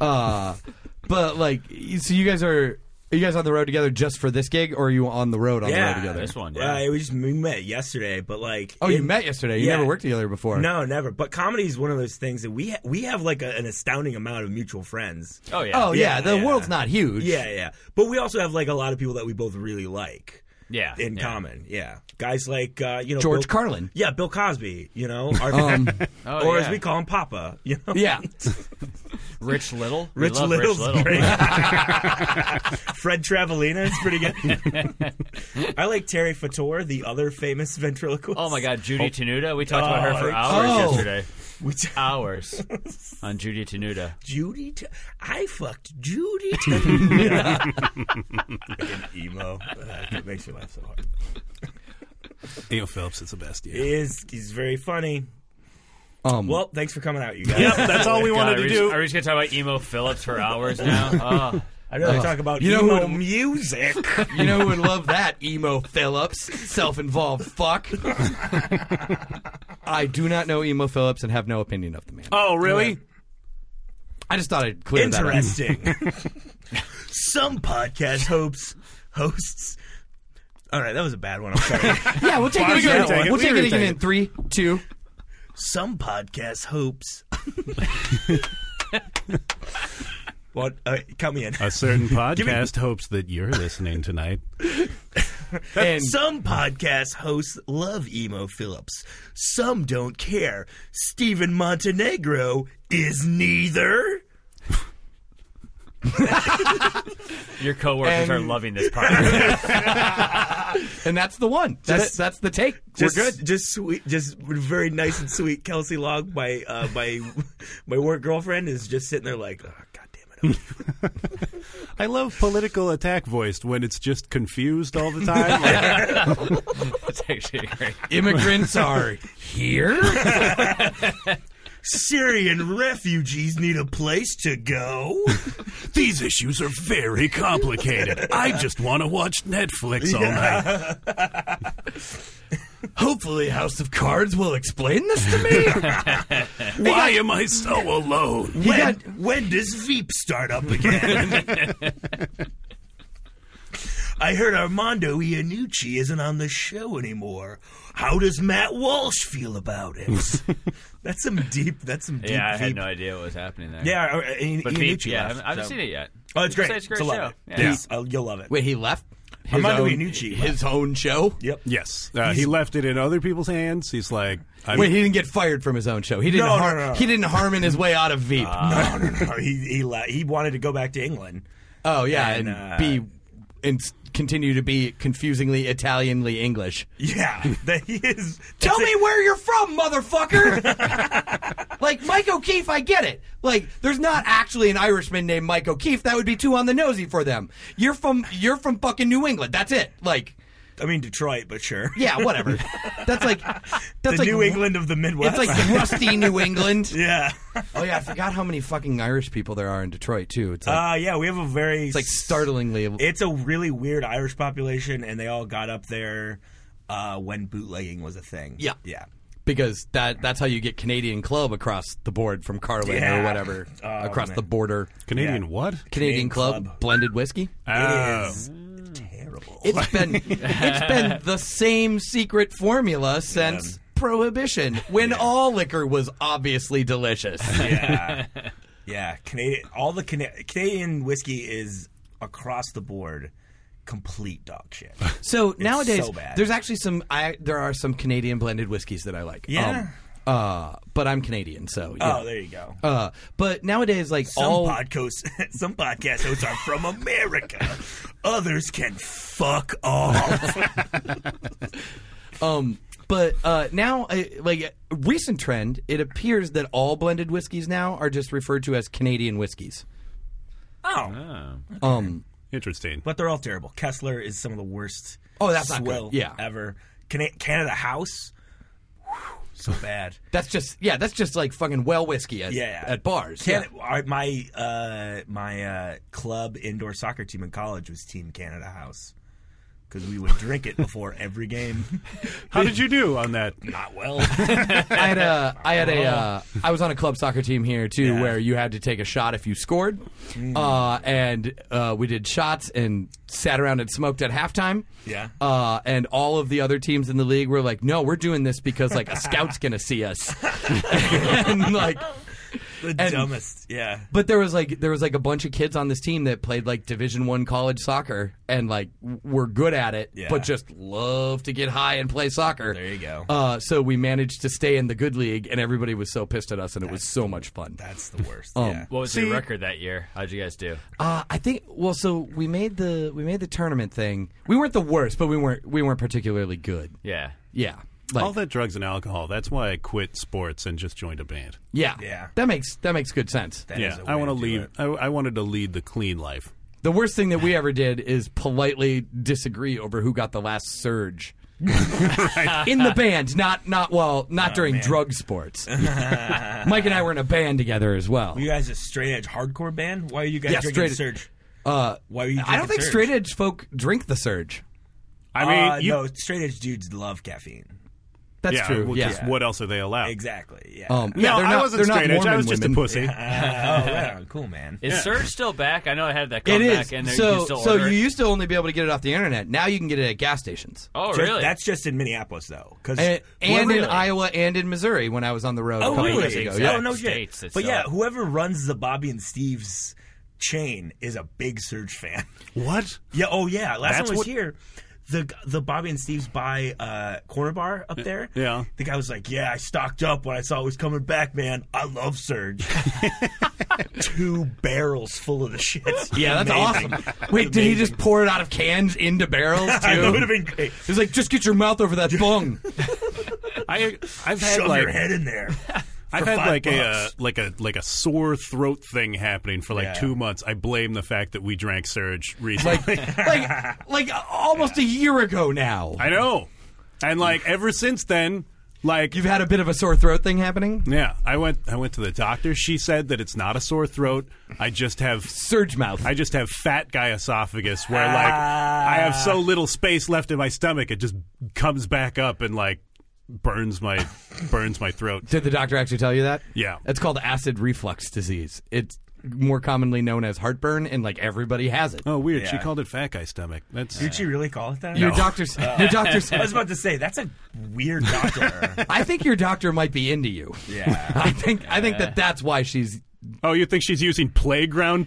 Speaker 2: uh, but like, so you guys are Are you guys on the road together just for this gig, or are you on the road on the
Speaker 1: yeah,
Speaker 2: road together?
Speaker 3: This one,
Speaker 1: Yeah,
Speaker 3: yeah.
Speaker 1: it was we met yesterday, but like
Speaker 2: Oh, you
Speaker 1: it-
Speaker 2: met yesterday. You
Speaker 1: Yeah.
Speaker 2: never worked together before.
Speaker 1: No, never. But comedy is one of those things that we ha- we have like a, an astounding amount of mutual friends.
Speaker 3: Oh yeah.
Speaker 2: Oh yeah,
Speaker 1: Yeah,
Speaker 2: the
Speaker 1: yeah.
Speaker 2: world's not huge.
Speaker 1: Yeah, yeah. But we also have like a lot of people that we both really like.
Speaker 3: Yeah.
Speaker 1: in
Speaker 3: yeah.
Speaker 1: common. Yeah, guys like uh, you know
Speaker 2: George
Speaker 1: Bill-
Speaker 2: Carlin.
Speaker 1: Yeah, Bill Cosby. You know, our, <laughs>
Speaker 2: Um,
Speaker 3: Oh,
Speaker 1: or
Speaker 3: yeah.
Speaker 1: as we call him, Papa. You
Speaker 2: <laughs>
Speaker 1: know,
Speaker 2: yeah. <laughs>
Speaker 3: Rich Little. We
Speaker 1: Rich
Speaker 3: love
Speaker 1: Little's
Speaker 3: Rich Little.
Speaker 1: great. Fred Travelina is pretty good.
Speaker 3: <laughs>
Speaker 1: I like Terry Fator, the other famous ventriloquist.
Speaker 3: Oh my God, Judy Tenuta. We talked about her for
Speaker 1: Oh,
Speaker 3: hours
Speaker 2: oh.
Speaker 3: yesterday.
Speaker 1: We t-
Speaker 3: Hours on Judy Tenuta.
Speaker 1: Judy, T- I fucked Judy. T- Fucking emo. Uh, it makes me laugh so hard.
Speaker 4: Theo Phillips is the best. Yeah.
Speaker 1: He is. He's very funny.
Speaker 2: Um,
Speaker 1: Well, thanks for coming out, you guys.
Speaker 4: Yep, that's
Speaker 1: <laughs>
Speaker 4: all we
Speaker 3: God, are
Speaker 4: wanted to
Speaker 3: we
Speaker 4: do.
Speaker 3: Just, are we just gonna talk about emo Phillips for hours now? Oh.
Speaker 1: I'd rather talk about
Speaker 2: Uh, You know
Speaker 1: emo
Speaker 2: who-
Speaker 1: music.
Speaker 2: <laughs> you know who would love that? Emo Phillips, self-involved fuck. I do not know Emo Phillips and have no opinion of the man.
Speaker 4: Oh, really?
Speaker 2: I just thought I'd clear that up. <laughs>
Speaker 1: Interesting. Some podcast hopes hosts. All right, that was a bad one. I'm sorry.
Speaker 2: <laughs> Yeah, we'll take it
Speaker 4: We gotta
Speaker 2: again.
Speaker 4: take
Speaker 2: We'll
Speaker 4: it. We
Speaker 2: take it
Speaker 4: gotta
Speaker 2: again
Speaker 4: take
Speaker 2: in three, two.
Speaker 1: Some podcast
Speaker 2: <laughs>
Speaker 1: hopes. what? Uh, count me in. <laughs>
Speaker 4: A certain podcast hopes that you're listening tonight.
Speaker 2: And
Speaker 1: Some podcast hosts love emo Phillips. Some don't care. Stephen Montenegro is neither.
Speaker 3: Your coworkers
Speaker 2: And-
Speaker 3: are loving this part.
Speaker 2: and that's the one. That's that's the take.
Speaker 1: Just,
Speaker 2: We're good.
Speaker 1: Just sweet. Just very nice and sweet. Kelsey Log, my uh, my my work girlfriend, is just sitting there like, oh, God damn it.
Speaker 4: I love political attack voiced when it's just confused all
Speaker 1: <laughs>
Speaker 4: the time. Like,
Speaker 3: That's actually great.
Speaker 2: <laughs> Immigrants are here.
Speaker 1: Syrian refugees need a place to go.
Speaker 4: These issues are very complicated. I just want to watch Netflix all night.
Speaker 2: Hopefully, House of Cards will explain this to me.
Speaker 4: Why am I so alone?
Speaker 2: He
Speaker 1: When,
Speaker 2: got-
Speaker 1: when does Veep start up again? <laughs> I heard Armando Iannucci isn't on the show anymore. How does Matt Walsh feel about <laughs> it? that's some deep. That's some deep.
Speaker 3: Yeah, I had
Speaker 1: Veep.
Speaker 3: no idea what was happening there.
Speaker 1: Yeah, uh, uh, Ian-
Speaker 3: but
Speaker 1: Iannucci
Speaker 3: Pete, yeah, I
Speaker 1: left,
Speaker 3: haven't, I haven't
Speaker 1: so-
Speaker 3: seen it yet.
Speaker 1: Oh, it's
Speaker 3: They
Speaker 1: great.
Speaker 3: say It's a great
Speaker 1: It's a
Speaker 3: show.
Speaker 1: love it.
Speaker 3: Yeah.
Speaker 1: Please, uh, you'll love it.
Speaker 2: <laughs> Wait, he left. His
Speaker 1: Armando
Speaker 2: own-
Speaker 1: Iannucci left.
Speaker 2: <laughs> His own show.
Speaker 1: Yep.
Speaker 4: Yes, uh, he left it in other people's hands. He's like, I'm,
Speaker 2: Wait, he didn't get fired from his own show. He didn't.
Speaker 1: No, no,
Speaker 2: har-
Speaker 1: no, no.
Speaker 2: He didn't harmon his way out of
Speaker 1: <laughs>
Speaker 2: Veep.
Speaker 1: No, no, no. He he, la- he wanted to go back to England.
Speaker 2: oh yeah,
Speaker 1: and,
Speaker 2: and,
Speaker 1: uh,
Speaker 2: be and s- continue to be confusingly Italianly English.
Speaker 1: Yeah, <laughs> that he is.
Speaker 2: Tell
Speaker 1: that's
Speaker 2: me
Speaker 1: it.
Speaker 2: where you're from, motherfucker. <laughs> like Mike O'Keefe, I get it. Like there's not actually an Irishman named Mike O'Keefe. That would be too on the nosy for them. You're from you're from fucking New England. That's it. Like
Speaker 1: I mean Detroit, but sure.
Speaker 2: yeah, <laughs> whatever. that's like
Speaker 1: the
Speaker 2: that's like
Speaker 1: New England of the Midwest.
Speaker 2: It's like the rusty New <laughs>
Speaker 1: <laughs>
Speaker 2: England.
Speaker 1: yeah.
Speaker 2: Oh yeah, I forgot how many fucking Irish people there are in Detroit too. It's like,
Speaker 1: Uh, yeah, we have a very
Speaker 2: it's like startlingly.
Speaker 1: It's a really weird Irish population, and they all got up there uh, when bootlegging was a thing.
Speaker 2: Yeah.
Speaker 1: yeah,
Speaker 2: because that that's how you get Canadian club across the board from Carlin
Speaker 1: Yeah.
Speaker 2: or whatever
Speaker 1: <laughs> Oh,
Speaker 2: across
Speaker 1: man.
Speaker 2: the border.
Speaker 4: Canadian
Speaker 1: Yeah.
Speaker 4: what?
Speaker 2: Canadian,
Speaker 1: Canadian
Speaker 2: club,
Speaker 1: Club.
Speaker 2: blended whiskey.
Speaker 4: Oh.
Speaker 1: it is terrible.
Speaker 2: It's been it's
Speaker 1: <laughs>
Speaker 2: been the same secret formula since prohibition when all liquor was obviously delicious.
Speaker 1: <laughs> yeah, yeah. Canadian, all the Cana- Canadian whiskey is across the board complete dog shit.
Speaker 2: So nowadays,
Speaker 1: so bad.
Speaker 2: there's actually some. I there are some Canadian blended whiskeys that I like.
Speaker 1: Yeah.
Speaker 2: Um, uh, but I'm Canadian, so yeah.
Speaker 1: Oh, there you go.
Speaker 2: uh, but nowadays, like
Speaker 1: Some
Speaker 2: all
Speaker 1: podcasts, <laughs> some podcast hosts are from America. Others can fuck off.
Speaker 2: Um, but uh, now, uh, like uh, recent trend, it appears that all blended whiskeys now are just referred to as Canadian whiskeys.
Speaker 1: oh,
Speaker 3: Oh.
Speaker 2: Um,
Speaker 4: Interesting.
Speaker 1: but they're all terrible. Kessler is some of the worst.
Speaker 2: Oh, that's not
Speaker 1: swill
Speaker 2: good. Yeah.
Speaker 1: ever. Can- Canada House, Whew, so bad.
Speaker 2: that's just yeah, that's just like fucking well whiskey at,
Speaker 1: Yeah.
Speaker 2: at bars.
Speaker 1: Can-
Speaker 2: yeah.
Speaker 1: I- my uh, my uh, club indoor soccer team in college was Team Canada House because we would drink it
Speaker 2: <laughs>
Speaker 1: before every game.
Speaker 4: How did you do on that?
Speaker 1: Not well.
Speaker 2: <laughs> I had a, I had a, uh, I was on a club soccer team here too,
Speaker 1: Yeah. Mm.
Speaker 2: where you had to take a shot if you scored, uh, and uh, we did shots and sat around and smoked at halftime.
Speaker 1: <laughs> Yeah.
Speaker 2: uh, and all of the other teams in the league were like, "No, we're doing this because like a scout's gonna see us," <laughs> and like.
Speaker 1: the dumbest. Yeah.
Speaker 2: But there was like there was like a bunch of kids on this team that played like Division One college soccer and like w- were good at it,
Speaker 1: Yeah.
Speaker 2: but just love to get high and play soccer.
Speaker 1: There you go.
Speaker 2: Uh, so we managed to stay in the good league, and everybody was so pissed at us, and it was so much fun.
Speaker 1: That's the worst.
Speaker 2: um,
Speaker 1: yeah.
Speaker 3: What was
Speaker 4: See-
Speaker 3: your record that year? How'd you guys do?
Speaker 2: Uh, I think well, so we made the we made the tournament thing. We weren't the worst, but we weren't we weren't particularly good.
Speaker 3: Yeah.
Speaker 2: Yeah, like
Speaker 4: All that drugs and alcohol. That's why I quit sports and just joined a band.
Speaker 2: yeah,
Speaker 1: Yeah.
Speaker 2: That makes that makes good sense.
Speaker 1: That
Speaker 4: yeah,
Speaker 1: is a
Speaker 4: I
Speaker 1: way
Speaker 4: want to
Speaker 1: do
Speaker 4: leave.
Speaker 1: it.
Speaker 4: I, I wanted to lead the clean life.
Speaker 2: The worst thing that we ever did is politely disagree over who got the last surge. in the band, not not well, not
Speaker 4: Oh,
Speaker 2: during drug sports. Mike and I were in a band together as well.
Speaker 1: You guys a straight edge hardcore band? Why are you guys
Speaker 2: Yeah,
Speaker 1: drinking
Speaker 2: straight-
Speaker 1: Surge?
Speaker 2: Uh,
Speaker 1: Why are you?
Speaker 2: I don't
Speaker 1: drinking
Speaker 2: think
Speaker 1: Surge?
Speaker 2: straight edge folk drink the surge.
Speaker 4: I mean,
Speaker 1: uh,
Speaker 4: you,
Speaker 1: no, straight edge dudes love caffeine.
Speaker 2: That's
Speaker 4: yeah,
Speaker 2: true.
Speaker 4: well,
Speaker 2: yeah.
Speaker 4: 'cause what else are they allowed?
Speaker 1: Exactly. Yeah.
Speaker 2: Um,
Speaker 4: No,
Speaker 2: yeah, they're
Speaker 4: I
Speaker 2: not-
Speaker 4: wasn't
Speaker 2: they're not
Speaker 4: straight edge. I
Speaker 2: Mormon
Speaker 4: was just
Speaker 2: women.
Speaker 4: a
Speaker 1: Uh,
Speaker 4: pussy.
Speaker 1: oh, right
Speaker 2: <laughs>
Speaker 1: on. cool, man.
Speaker 3: Is Surge still back? I know I had that
Speaker 2: It
Speaker 3: comeback,
Speaker 2: is.
Speaker 3: and there- you
Speaker 2: so
Speaker 3: can still
Speaker 2: so
Speaker 3: order
Speaker 2: you
Speaker 3: it.
Speaker 2: used to only be able to get it off the internet. Now you can get it at gas stations.
Speaker 3: Oh,
Speaker 1: Just-
Speaker 3: really?
Speaker 1: That's just in Minneapolis, though. Because
Speaker 2: And, and in Iowa and in Missouri when I was on the road a
Speaker 1: Oh,
Speaker 2: couple
Speaker 1: really?
Speaker 2: years ago.
Speaker 3: Exactly.
Speaker 2: Yeah.
Speaker 1: Oh, no
Speaker 3: States
Speaker 1: shit.
Speaker 3: that
Speaker 1: But
Speaker 3: sell
Speaker 1: yeah,
Speaker 3: it.
Speaker 1: whoever runs the Bobby and Steve's chain is a big Surge fan. <laughs>
Speaker 4: What?
Speaker 1: Yeah. Oh, yeah. Last time
Speaker 4: That's
Speaker 1: I was
Speaker 4: what-
Speaker 1: here, the the Bobby and Steve's by uh, Corner Bar up there.
Speaker 4: yeah.
Speaker 1: The guy was like, "Yeah, I stocked up when I saw it was coming back, man. I love
Speaker 4: <laughs>
Speaker 1: Surge. Two barrels full of the shit. <laughs>
Speaker 2: Yeah, that's
Speaker 1: Amazing.
Speaker 2: awesome. Wait, did he just pour it out of cans into
Speaker 4: <laughs>
Speaker 2: barrels
Speaker 1: It would have
Speaker 2: too?
Speaker 1: been great.
Speaker 2: He's like, just get your mouth over that bung.
Speaker 4: I I've had
Speaker 1: Shove
Speaker 4: like
Speaker 1: your head in there.
Speaker 4: I've
Speaker 1: for
Speaker 4: had
Speaker 1: five
Speaker 4: like a uh,
Speaker 1: bucks.
Speaker 4: like a like a sore throat thing happening for like
Speaker 1: Yeah.
Speaker 4: two months. I blame the fact that we drank Surge recently.
Speaker 2: Like, like, like almost a year ago now.
Speaker 4: <laughs> I know, and like ever since then, like
Speaker 2: You've had a bit of a sore throat thing happening.
Speaker 4: yeah, I went I went to the doctor. She said that it's not a sore throat. I just have
Speaker 2: Surge mouth.
Speaker 4: I just have fat guy esophagus where like I have
Speaker 1: Ah.
Speaker 4: so little space left in my stomach it just comes back up and like burns my burns my
Speaker 1: <laughs>
Speaker 4: throat.
Speaker 2: Did the doctor actually tell you that?
Speaker 4: Yeah.
Speaker 2: It's called acid reflux disease. It's more commonly known as heartburn, and like everybody has it.
Speaker 4: Oh weird. She
Speaker 1: Yeah.
Speaker 4: called it fat guy stomach. That's
Speaker 1: Did she really call it that?
Speaker 2: Your doctor's. Your
Speaker 4: <laughs>
Speaker 2: doctor's.
Speaker 1: I was about to say that's a weird doctor.
Speaker 2: I think your doctor might be into you.
Speaker 1: yeah.
Speaker 2: I think. I think that that's why she's.
Speaker 4: Oh, you think she's using playground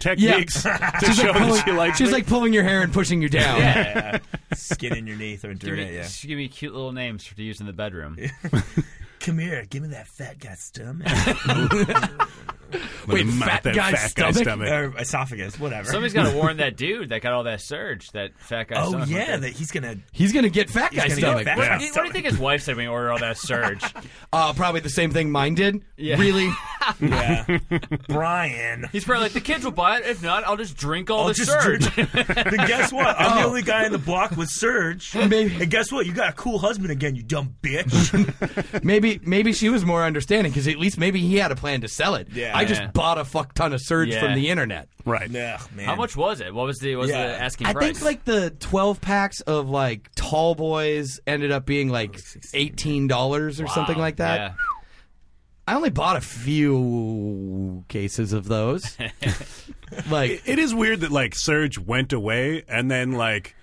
Speaker 2: <laughs>
Speaker 4: techniques to
Speaker 2: She's
Speaker 4: show
Speaker 2: like, pulling,
Speaker 4: that she likes
Speaker 2: she's
Speaker 4: me?
Speaker 2: like pulling your hair and pushing you
Speaker 4: <laughs>
Speaker 2: down.
Speaker 1: Yeah. Skin underneath or
Speaker 3: give, me,
Speaker 1: internet. Yeah.
Speaker 3: just give me cute little names to use in the bedroom.
Speaker 1: Come here. Give me that fat guy stomach
Speaker 4: Let me
Speaker 2: Wait,
Speaker 4: mount
Speaker 2: fat
Speaker 4: that
Speaker 2: guy's
Speaker 4: fat guy's
Speaker 1: <laughs>
Speaker 2: stomach?
Speaker 1: or esophagus, whatever.
Speaker 3: Somebody's got
Speaker 1: <laughs>
Speaker 3: to warn that dude that got all that surge, that fat guy.
Speaker 1: Oh
Speaker 3: stomach.
Speaker 1: yeah,
Speaker 3: What the-
Speaker 1: that he's gonna.
Speaker 2: He's gonna get fat guy
Speaker 1: gonna get
Speaker 2: stomach.
Speaker 1: fat.
Speaker 3: what,
Speaker 1: Yeah.
Speaker 3: do you- what do you think his wife said when he ordered all
Speaker 1: <laughs>
Speaker 3: that surge?
Speaker 2: Uh, probably the same thing mine did.
Speaker 3: Yeah.
Speaker 2: Really?
Speaker 1: Yeah. Brian.
Speaker 3: He's probably like, the kids will buy it. If not, I'll just drink all
Speaker 1: I'll
Speaker 3: the
Speaker 1: just
Speaker 3: surge.
Speaker 1: drink- <laughs> then guess what? I'm the
Speaker 2: Oh.
Speaker 1: only guy in the block with Surge.
Speaker 2: Maybe.
Speaker 1: And guess what? You got a cool husband again, you dumb bitch.
Speaker 2: Maybe maybe she was more understanding because at least maybe he had a plan to sell it.
Speaker 1: Yeah.
Speaker 2: I just
Speaker 3: Yeah.
Speaker 2: bought a fuck ton of surge
Speaker 3: Yeah.
Speaker 2: from the internet.
Speaker 4: Right.
Speaker 1: Ugh, man.
Speaker 3: <laughs> How much was it? What was the what was
Speaker 1: Yeah.
Speaker 3: the asking
Speaker 2: I
Speaker 3: price?
Speaker 2: think like the twelve packs of like tall boys ended up being like eighteen dollars or something
Speaker 3: Wow.
Speaker 2: like that.
Speaker 3: Yeah.
Speaker 2: I only bought a few cases of those. like
Speaker 4: It is weird that like Surge went away and then like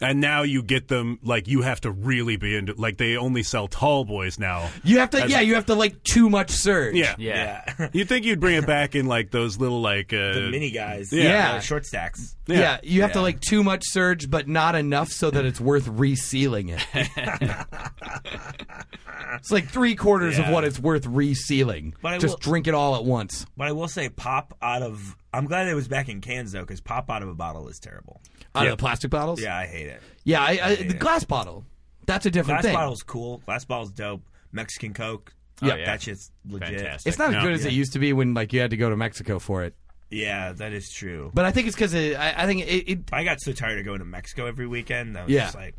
Speaker 4: and now you get them like you have to really be into like they only sell tall
Speaker 2: <laughs>
Speaker 4: boys now.
Speaker 2: you have to
Speaker 4: As-
Speaker 2: yeah, you have to like too much surge.
Speaker 4: Yeah.
Speaker 3: Yeah.
Speaker 1: Yeah.
Speaker 4: You'd think you'd bring it back in like those little like
Speaker 1: <laughs>
Speaker 4: uh,
Speaker 1: the mini guys.
Speaker 2: Yeah.
Speaker 1: the short stacks.
Speaker 2: Yeah, you have to
Speaker 1: Yeah.
Speaker 2: like too much surge, but not enough so that it's worth resealing it.
Speaker 1: <laughs>
Speaker 2: it's like three quarters of
Speaker 1: Yeah.
Speaker 2: what it's worth resealing.
Speaker 1: But I
Speaker 2: Just
Speaker 1: will-
Speaker 2: drink it all at once.
Speaker 1: But I will say, pop out of. I'm glad it was back in cans though, because pop out of a bottle is terrible.
Speaker 2: Out of the plastic bottles?
Speaker 1: Yeah, I hate it.
Speaker 2: Yeah, I, I, the glass bottle. That's a different
Speaker 1: Glass
Speaker 2: thing.
Speaker 1: bottle's cool. Glass bottle's dope. Mexican Coke.
Speaker 2: Yeah.
Speaker 3: yeah.
Speaker 1: that shit's legit.
Speaker 3: Fantastic.
Speaker 2: It's not
Speaker 4: No.
Speaker 2: as good as it used to be when like you had to go to Mexico for it.
Speaker 1: Yeah, that is true.
Speaker 2: But I think it's because it, I, I think it, it
Speaker 1: I got so tired of going to Mexico every weekend. I was
Speaker 2: Yeah.
Speaker 1: just like,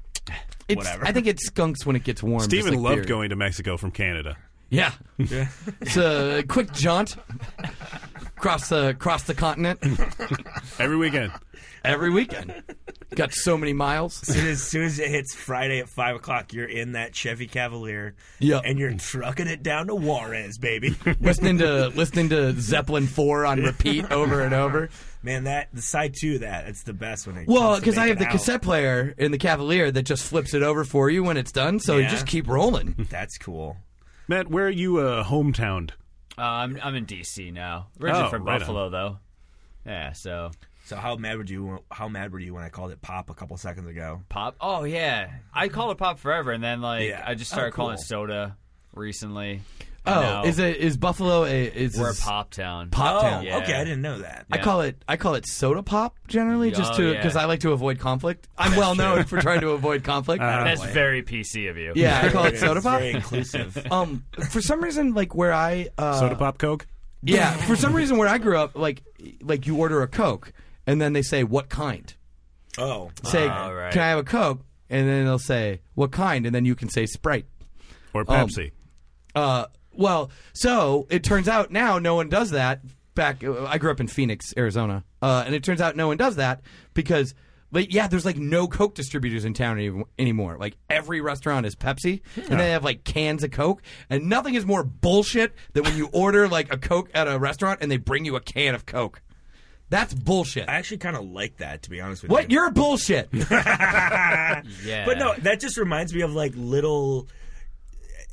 Speaker 2: it's,
Speaker 1: Whatever.
Speaker 2: I think it skunks when it gets warm. just
Speaker 4: Steven
Speaker 2: like
Speaker 4: loved
Speaker 2: beer. <laughs>
Speaker 4: going to Mexico from Canada.
Speaker 2: Yeah, it's a quick jaunt. cross the cross the continent
Speaker 4: every weekend.
Speaker 2: every weekend. Got so many miles.
Speaker 1: soon as soon as it hits Friday at five o'clock, you're in that Chevy Cavalier,
Speaker 2: Yeah.
Speaker 1: and you're trucking it down to Juarez, baby. <laughs>
Speaker 2: listening to listening to Zeppelin four on repeat over and over.
Speaker 1: Man, that the side two of that it's the best when it.
Speaker 2: Well,
Speaker 1: because
Speaker 2: because I have the cassette player in the Cavalier that just flips it over for you when it's done, so you
Speaker 1: Yeah.
Speaker 2: just keep rolling.
Speaker 3: <laughs>
Speaker 1: That's cool.
Speaker 4: Matt, where are you uh, hometowned?
Speaker 3: Uh, I'm I'm in D.C. now. Originally
Speaker 4: Oh,
Speaker 3: from
Speaker 4: right on.
Speaker 3: Buffalo though. Yeah. So
Speaker 1: So how mad would you? How mad were you when I called it pop a couple seconds ago?
Speaker 3: pop. Oh yeah, I called it pop forever, and then like
Speaker 1: Yeah.
Speaker 3: I just started
Speaker 1: Oh,
Speaker 3: calling it
Speaker 1: cool.
Speaker 3: soda recently.
Speaker 2: Oh,
Speaker 3: Now
Speaker 2: is it is Buffalo a is
Speaker 3: We're a
Speaker 2: this-
Speaker 3: pop town.
Speaker 2: Pop
Speaker 1: Oh,
Speaker 2: town.
Speaker 3: Yeah.
Speaker 1: okay, I didn't know that.
Speaker 2: I call it I call it soda pop generally just to
Speaker 3: Oh, yeah.
Speaker 2: because I like to avoid conflict. I'm well known for trying to avoid conflict.
Speaker 3: That's very PC of you.
Speaker 2: yeah, I call it
Speaker 3: <laughs>
Speaker 1: It's
Speaker 2: soda pop.
Speaker 1: Very inclusive. <laughs>
Speaker 2: Um, for some reason, like where I uh,
Speaker 4: Soda pop Coke?
Speaker 2: Yeah, for some reason where I grew up, like like you order a Coke and then they say what kind.
Speaker 1: oh,
Speaker 2: Say,
Speaker 3: Oh, right.
Speaker 2: can I have a Coke? And then they'll say what kind, and then you can say Sprite.
Speaker 4: Or
Speaker 2: um,
Speaker 4: Pepsi?
Speaker 2: Uh, well, so it turns out now no one does that. Back, uh, I grew up in Phoenix, Arizona, uh, and it turns out no one does that because, like, yeah, there's like no Coke distributors in town any- anymore. Like every restaurant is Pepsi, and they have like cans of Coke, and nothing is more bullshit than when you <laughs> order like a Coke at a restaurant and they bring you a can of Coke. That's bullshit.
Speaker 1: I actually kind of like that to be honest with you.
Speaker 2: what? You're bullshit.
Speaker 3: Yeah.
Speaker 1: But no, that just reminds me of like little.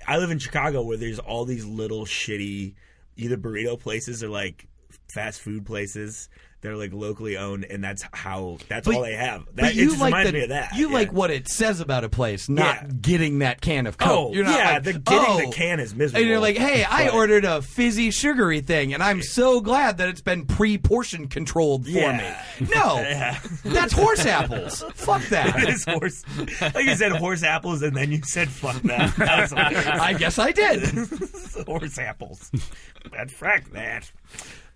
Speaker 1: I live in Chicago where there's all these little shitty either burrito places or like fast food places that are like locally owned, and that's how that's all they have. That,
Speaker 2: but you
Speaker 1: it just
Speaker 2: like
Speaker 1: reminds
Speaker 2: the-
Speaker 1: me of that.
Speaker 2: You
Speaker 1: yeah.
Speaker 2: like what it says about a place, not
Speaker 1: Yeah.
Speaker 2: getting that can of Coke.
Speaker 1: Oh,
Speaker 2: you're not
Speaker 1: yeah,
Speaker 2: like,
Speaker 1: the getting the
Speaker 2: "Oh."
Speaker 1: can is miserable.
Speaker 2: And you're
Speaker 1: <laughs>
Speaker 2: like, hey, <laughs> I
Speaker 1: But-
Speaker 2: ordered a fizzy sugary thing, and I'm so glad that it's been pre portion controlled for
Speaker 1: Yeah. <laughs>
Speaker 2: me. No, that's horse apples. Fuck that.
Speaker 1: This horse, like you said, horse apples, and then you said fuck that.
Speaker 2: <laughs>
Speaker 1: That was hilarious.
Speaker 2: I guess I did.
Speaker 1: <laughs> horse apples. That frack that.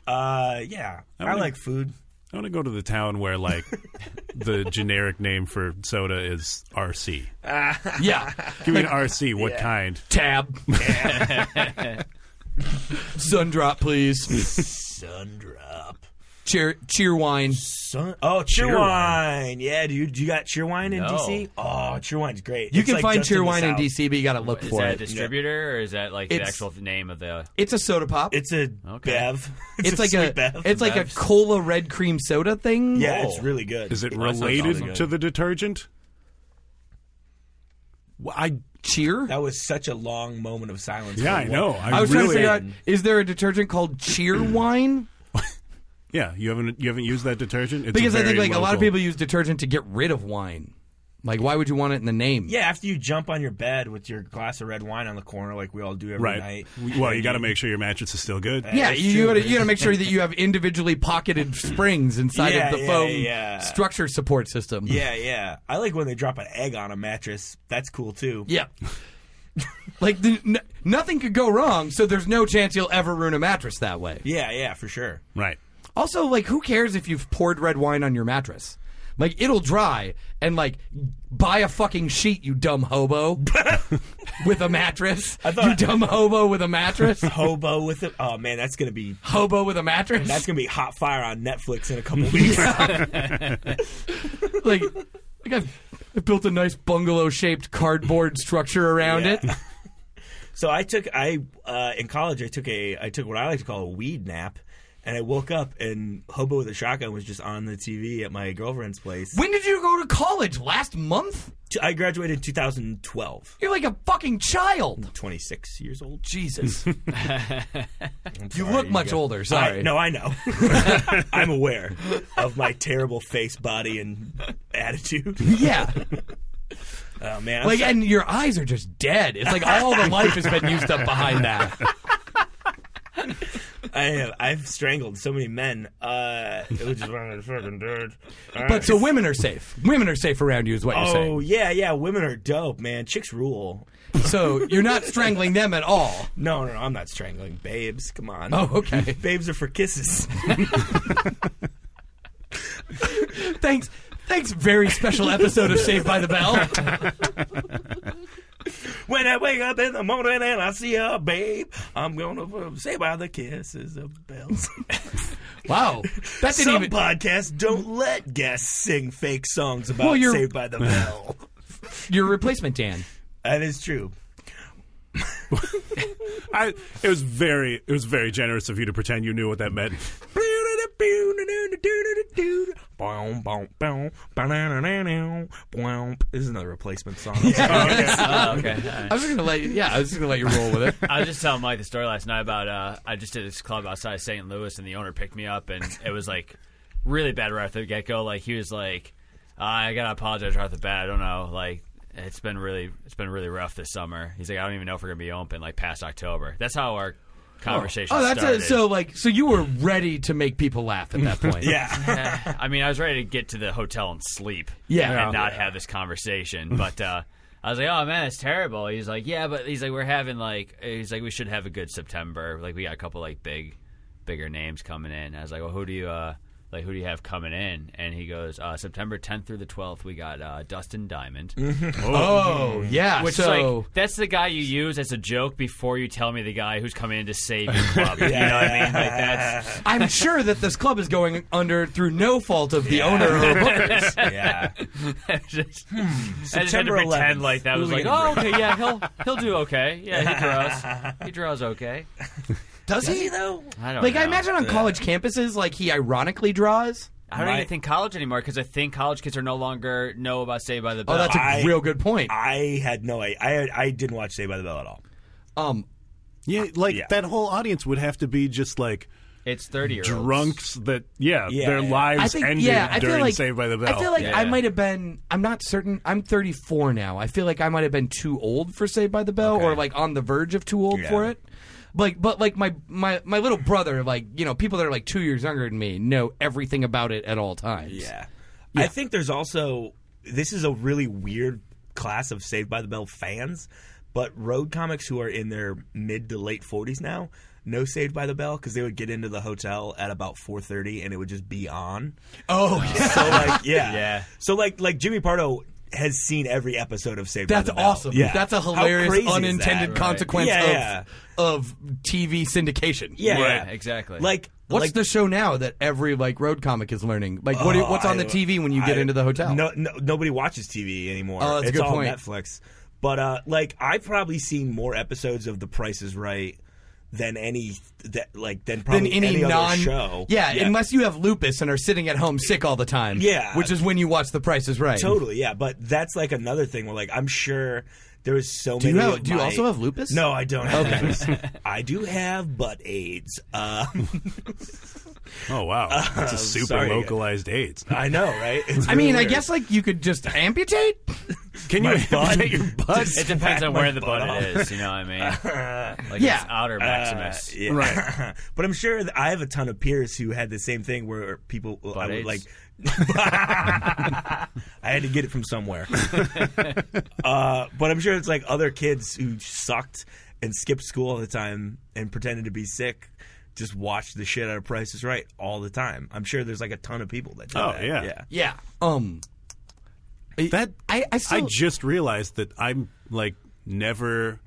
Speaker 1: Uh, yeah, I
Speaker 4: wouldn't-
Speaker 1: like food.
Speaker 4: I want to go to the town where, <laughs> like, the generic name for soda is RC.
Speaker 2: Yeah.
Speaker 4: Give <laughs> me an RC. What kind?
Speaker 1: <laughs>
Speaker 2: Tab. Sun drop, please.
Speaker 1: Sun drop.
Speaker 2: Cheer, cheer wine.
Speaker 1: Sun. Oh, Cheerwine. Yeah, dude. You got Cheerwine in
Speaker 3: No.
Speaker 1: DC? Oh, Cheerwine's great.
Speaker 2: You
Speaker 1: It's
Speaker 2: can
Speaker 1: like
Speaker 2: find
Speaker 1: just in
Speaker 2: cheer
Speaker 1: the
Speaker 2: wine in
Speaker 1: South.
Speaker 2: DC, but you got to look
Speaker 3: Is
Speaker 2: for
Speaker 3: that a
Speaker 2: it.
Speaker 3: distributor or is that like
Speaker 2: It's-
Speaker 3: the actual name of
Speaker 2: <laughs>
Speaker 3: the?
Speaker 2: it's a soda pop.
Speaker 1: It's a
Speaker 3: Okay.
Speaker 1: Bev. <laughs> It's,
Speaker 2: it's like
Speaker 1: sweet
Speaker 2: a
Speaker 1: Bev.
Speaker 2: it's like
Speaker 3: Bev's.
Speaker 2: a cola red cream soda thing.
Speaker 1: yeah, it's really good.
Speaker 4: Is it
Speaker 3: sounds awesome.
Speaker 4: related to the detergent? Well, I
Speaker 2: cheer.
Speaker 1: That was such a long moment of silence.
Speaker 4: yeah,
Speaker 1: for
Speaker 4: I
Speaker 1: what-
Speaker 4: know. I,
Speaker 2: I was trying
Speaker 4: really,
Speaker 2: to figure out: is there a detergent called cheer wine?
Speaker 4: Yeah, you haven't you haven't used that detergent It's
Speaker 2: Because I
Speaker 4: very
Speaker 2: think like a lot of
Speaker 4: local-
Speaker 2: people use detergent to get rid of wine. Like, why would you want it in the name?
Speaker 1: Yeah, after you jump on your bed with your glass of red wine on the corner, like we all do every
Speaker 4: Right.
Speaker 1: night.
Speaker 4: Well, you got to make sure your mattress is still good.
Speaker 2: Yeah,
Speaker 1: that's
Speaker 2: you,
Speaker 1: true.
Speaker 2: you gotta you gotta make sure that you have individually pocketed springs inside
Speaker 1: Yeah,
Speaker 2: of the
Speaker 1: yeah,
Speaker 2: foam
Speaker 1: yeah.
Speaker 2: structure support system.
Speaker 1: Yeah, yeah. I like when they drop an egg on a mattress. That's cool too.
Speaker 2: yeah. <laughs> like the, n- nothing could go wrong, so there's no chance you'll ever ruin a mattress that way.
Speaker 1: Yeah, yeah, for sure.
Speaker 4: Right.
Speaker 2: Also, like, who cares if you've poured red wine on your mattress? Like, it'll dry, and like, buy a fucking sheet, you
Speaker 1: <laughs>
Speaker 2: dumb hobo, with a mattress. you dumb hobo with a mattress.
Speaker 1: Hobo with it. Oh man, that's gonna be
Speaker 2: hobo with a mattress.
Speaker 1: that's gonna be hot fire on Netflix in a couple weeks.
Speaker 2: <laughs> like, like I've, I've built a nice bungalow-shaped cardboard structure around
Speaker 1: Yeah.
Speaker 2: it.
Speaker 1: <laughs> So I took I uh, in college I took a I took what I like to call a weed nap, and I woke up and Hobo with a Shotgun was just on the TV at my girlfriend's place.
Speaker 2: When did you go to college? Last month?
Speaker 1: T- I graduated in 2012,
Speaker 2: You're like a fucking child.
Speaker 1: 26 years old.
Speaker 2: Jesus, you
Speaker 1: Sorry,
Speaker 2: look much
Speaker 1: got-
Speaker 2: older. Sorry.
Speaker 1: I, no, I know. <laughs> I'm aware of my terrible face, body, and attitude.
Speaker 2: <laughs> Yeah.
Speaker 1: Oh man, I'm
Speaker 2: Like,
Speaker 1: so-
Speaker 2: and your eyes are just dead. It's like all the life has been used up behind that.
Speaker 1: I have, I've strangled so many men. Uh, it was just one of the fucking dudes.
Speaker 2: But so women are safe. Women are safe around you, is what you're
Speaker 1: Oh
Speaker 2: saying.
Speaker 1: yeah, yeah. Women are dope, man. Chicks rule.
Speaker 2: Oh. So you're not strangling them at all.
Speaker 1: No, no, no, I'm not strangling babes. Come on.
Speaker 2: Oh, okay.
Speaker 1: Babes are for kisses. <laughs>
Speaker 2: Thanks. Thanks. Very special episode of Saved by the Bell.
Speaker 1: When I wake up in the morning and I see her, babe, I'm gonna uh, say by the kisses of
Speaker 2: <laughs>
Speaker 1: bells.
Speaker 2: Wow, that didn't
Speaker 1: Some
Speaker 2: even.
Speaker 1: podcasts don't let guests sing fake songs about
Speaker 2: Well, you're-
Speaker 1: Saved by the
Speaker 2: <laughs>
Speaker 1: Bell.
Speaker 2: Your replacement, Dan.
Speaker 1: that is true.
Speaker 4: I, it was very, it was very generous of you to pretend you knew what that <laughs> meant.
Speaker 1: This is another replacement song.
Speaker 3: Oh, okay. All right.
Speaker 2: I was just gonna let you, yeah, I was just gonna let you roll with it.
Speaker 3: <laughs> I was just telling Mike the story last night about uh, I just did this club outside of St. Louis, and the owner picked me up, and it was like really bad right off the get go. Like he was like, "I gotta apologize right off the bat. I don't know. Like it's been really, it's been really rough this summer." He's like, "I don't even know if we're gonna be open like past October." That's how our conversation.
Speaker 2: Oh, that's
Speaker 3: started.
Speaker 2: it. So like, so you were ready to make people laugh at that <laughs> point.
Speaker 1: yeah.
Speaker 3: I mean, I was ready to get to the hotel and sleep.
Speaker 2: Yeah.
Speaker 3: And
Speaker 2: Yeah.
Speaker 3: not have this conversation. But uh, I was like, oh, man, it's terrible. He's like, yeah, but he's like, we're having like, he's like, we should have a good September. Like, we got a couple like big, bigger names coming in. I was like, well, who do you, uh, like, who do you have coming in? And he goes, uh, September 10th through the 12th, we got uh, Dustin Diamond.
Speaker 2: Oh yeah.
Speaker 3: Which
Speaker 2: Mm-hmm. so
Speaker 3: like that's the guy you use as a joke before you tell me the guy who's coming in to save your club. You know what I mean? Like that's
Speaker 2: I'm sure that this club is going under through no fault of the owner
Speaker 3: <laughs>
Speaker 2: or bookers.
Speaker 1: Yeah.
Speaker 3: just,
Speaker 2: Hmm.
Speaker 3: I just had to
Speaker 1: September
Speaker 3: pretend
Speaker 1: 11th.
Speaker 3: like that was like,
Speaker 1: Hooligan
Speaker 3: oh, okay, yeah, he'll he'll do okay.
Speaker 2: <laughs>
Speaker 3: Yeah, he draws. he draws okay.
Speaker 2: Does,
Speaker 1: Does he though?
Speaker 3: I don't
Speaker 2: Like
Speaker 3: know.
Speaker 2: I imagine on college campuses, like he ironically draws.
Speaker 3: I don't
Speaker 1: Right.
Speaker 3: even think college anymore because I think college kids are no longer know about Saved by the Bell.
Speaker 2: Oh, that's a
Speaker 1: I-
Speaker 2: real good point.
Speaker 1: I had no idea. I I didn't watch Saved by the Bell at all.
Speaker 2: um,
Speaker 4: Yeah, like
Speaker 1: Yeah.
Speaker 4: that whole audience would have to be just like
Speaker 3: it's thirty year
Speaker 4: drunks that, yeah,
Speaker 1: Yeah,
Speaker 4: their
Speaker 1: yeah.
Speaker 4: lives
Speaker 2: I think
Speaker 4: ended
Speaker 2: yeah, I
Speaker 4: during
Speaker 2: feel like
Speaker 4: Saved by the Bell.
Speaker 2: I feel like
Speaker 3: Yeah.
Speaker 2: I might have been. I'm not certain. I'm 34 now. I feel like I might have been too old for Saved by the Bell, or like on the verge of too old
Speaker 1: Yeah.
Speaker 2: for it. Like, but like my my my little brother, like you know, people that are like two years younger than me know everything about it at all times.
Speaker 1: Yeah. I think there's also this is a really weird class of Saved by the Bell fans, but road comics who are in their mid to late 40s now know Saved by the Bell because they would get into the hotel at about 4:30 and it would just be on.
Speaker 2: Oh, yeah. <laughs>
Speaker 1: So like, yeah,
Speaker 3: Yeah.
Speaker 1: So like, like Jimmy Pardo has seen every episode of Saved
Speaker 2: that's
Speaker 1: by the Bell.
Speaker 2: awesome.
Speaker 1: Yeah.
Speaker 2: That's a
Speaker 1: How
Speaker 2: hilarious
Speaker 1: crazy is
Speaker 2: unintended
Speaker 1: that?
Speaker 2: consequence
Speaker 1: Yeah,
Speaker 2: of
Speaker 1: yeah.
Speaker 2: of TV syndication.
Speaker 1: Yeah,
Speaker 3: Right, exactly.
Speaker 1: Like,
Speaker 2: What's
Speaker 1: like,
Speaker 2: the show now that every like road comic is learning? Like, what,
Speaker 1: Oh,
Speaker 2: what's on
Speaker 1: I-
Speaker 2: the TV when you get
Speaker 1: I-
Speaker 2: into the hotel?
Speaker 1: No, no, nobody watches TV anymore.
Speaker 2: Oh, that's a
Speaker 1: it's
Speaker 2: good
Speaker 1: all
Speaker 2: point.
Speaker 1: Netflix. But uh, like, I've probably seen more episodes of The Price Is Right than any that like than
Speaker 2: than
Speaker 1: probably
Speaker 2: any, non
Speaker 1: other show.
Speaker 2: Yeah, unless you have lupus and are sitting at home sick all the time.
Speaker 1: Yeah.
Speaker 2: which is when you watch The Price Is Right.
Speaker 1: totally. Yeah, but that's like another thing where like I'm sure there was so
Speaker 2: you
Speaker 1: many.
Speaker 2: have-
Speaker 1: of
Speaker 2: do you
Speaker 1: my-
Speaker 2: also have lupus?
Speaker 1: No, I don't. Have lupus. I do have butt AIDS. Uh, <laughs>
Speaker 4: oh wow, that's a super
Speaker 1: sorry.
Speaker 4: localized AIDS.
Speaker 1: <laughs> I know, right? It's
Speaker 2: I mean,
Speaker 1: really
Speaker 2: I
Speaker 1: weird.
Speaker 2: guess like you could just amputate.
Speaker 4: Can you <laughs> amputate your
Speaker 1: <laughs>
Speaker 4: butt?
Speaker 3: It depends
Speaker 2: <laughs>
Speaker 3: on where the
Speaker 1: butt
Speaker 3: butt
Speaker 1: off.
Speaker 3: it is. You know what I mean? Like
Speaker 2: Yeah. Uh,
Speaker 3: it's outer Maximus.
Speaker 1: Uh, Yeah. Right. <laughs> but I'm sure that I have a ton of peers who had the same thing where people I would
Speaker 3: AIDS?
Speaker 1: like <laughs> I had to get it from
Speaker 4: <laughs>
Speaker 1: somewhere. uh, but I'm sure it's like other kids who sucked and skipped school all the time and pretended to be sick just watched the shit out of Price is Right all the time. I'm sure there's like a ton of people that do
Speaker 4: Oh,
Speaker 1: that.
Speaker 4: yeah.
Speaker 1: Yeah.
Speaker 2: yeah. Um. I-
Speaker 4: That
Speaker 2: I I,
Speaker 4: I
Speaker 2: still,
Speaker 4: just realized that I'm like never